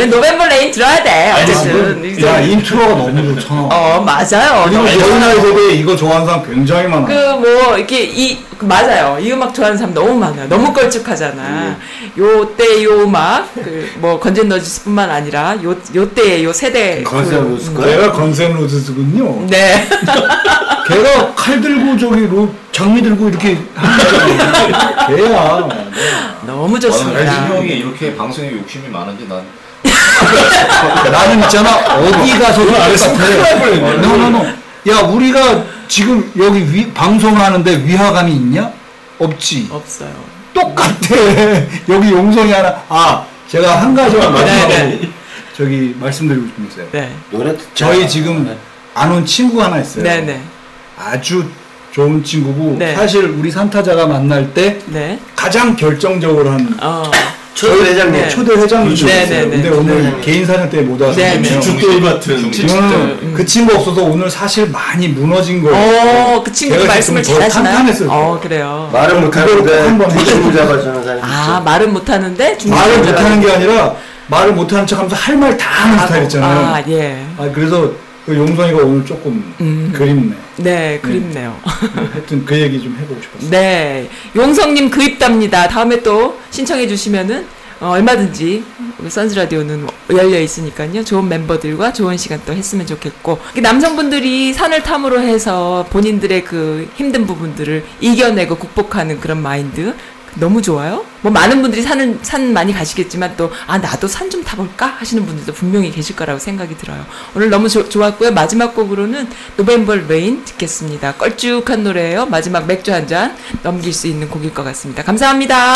노벤버 레인 네, 들어야 돼.
아,
네.
어쨌든.
인생.
뭐.
야 인트로가 너무 좋잖아.
어, 맞아요.
그리고 여느 나이 대비 이거 좋아하는 사람 굉장히 많아.
그 뭐 이렇게 이 맞아요 이 음악 좋아하는 사람 너무 많아요 너무 걸쭉하잖아 요때 요 음악 그 뭐 건진 너지스뿐만 아니라 요 요때의 요 세대
건설
그,
로스가
내가 건센 로즈군요.
네
걔가 칼 들고 저기 로 장미 들고 이렇게 하는 걔야. 아,
너무
혜진
좋습니다
형이 이렇게 방송에 욕심이 많은지 난
그러니까 나는 있잖아 어디 어, 가서도 똑같아. 노노노. 야 우리가 지금 여기 위, 방송하는데 위화감이 있냐? 없지.
없어요
똑같아. 여기 용성이 하나. 아 제가 한 가지만
네,
말씀하고 저기 말씀드리고 싶은 게 있어요.
네
노래 듣자.
저희 지금 안 온 친구가 하나 있어요.
네네
아주 좋은 친구고
네.
사실 우리 산타자가 만날 때 가장 결정적으로 한
네어네
초대 회장님.
네.
초대 회장님이었어요.
네, 네, 네.
근데 오늘 개인 사정 때문에 못 와서
네, 네.
그래요.
죽돌 같은.
음, 그 친구 없어서 오늘 사실 많이 무너진 거예요.
어, 그 친구
제가
말씀을
지금 거의
잘하시나요?
탄탄했어요.
어 그래요
말을
그걸 한번
못하는데
해줘.
대충 잡아주는 사람이
아
있죠.
말은 못하는데 중간에
말을
들어가서-
못하는 게 아니라 말을 못하는 척하면서 할 말 다 하는 스타일 있잖아요. 아,
아예네
그래서 그 용선이가 오늘 조금
음.
그립네.
그립네요
하여튼 그 얘기 좀 해보고 싶었어요.
네. 용성님 그립답니다. 다음에 또 신청해 주시면은 어, 얼마든지 우리 선즈라디오는 열려 있으니까요. 좋은 멤버들과 좋은 시간 또 했으면 좋겠고. 이게 남성분들이 산을 탐으로 해서 본인들의 그 힘든 부분들을 이겨내고 극복하는 그런 마인드. 너무 좋아요. 뭐 많은 분들이 산은 산 많이 가시겠지만 또 아 나도 산 좀 타볼까 하시는 분들도 분명히 계실 거라고 생각이 들어요. 오늘 너무 조- 좋았고요. 마지막 곡으로는 노벤버 레인 듣겠습니다. 걸쭉한 노래예요. 마지막 맥주 한 잔 넘길 수 있는 곡일 것 같습니다. 감사합니다.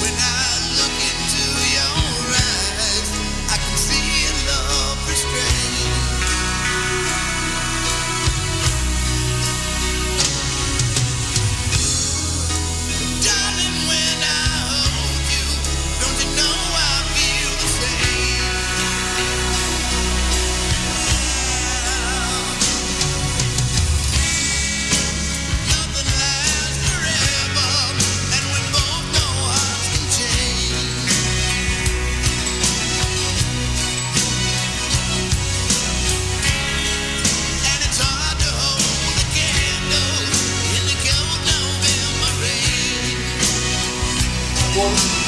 When I look into your eyes, I can see a love restrained. Darling, when I hold you, don't you know I feel the same? Nothing lasts forever, and we both know hearts can change. And it's hard to hold a candle in the cold November rain. Oh,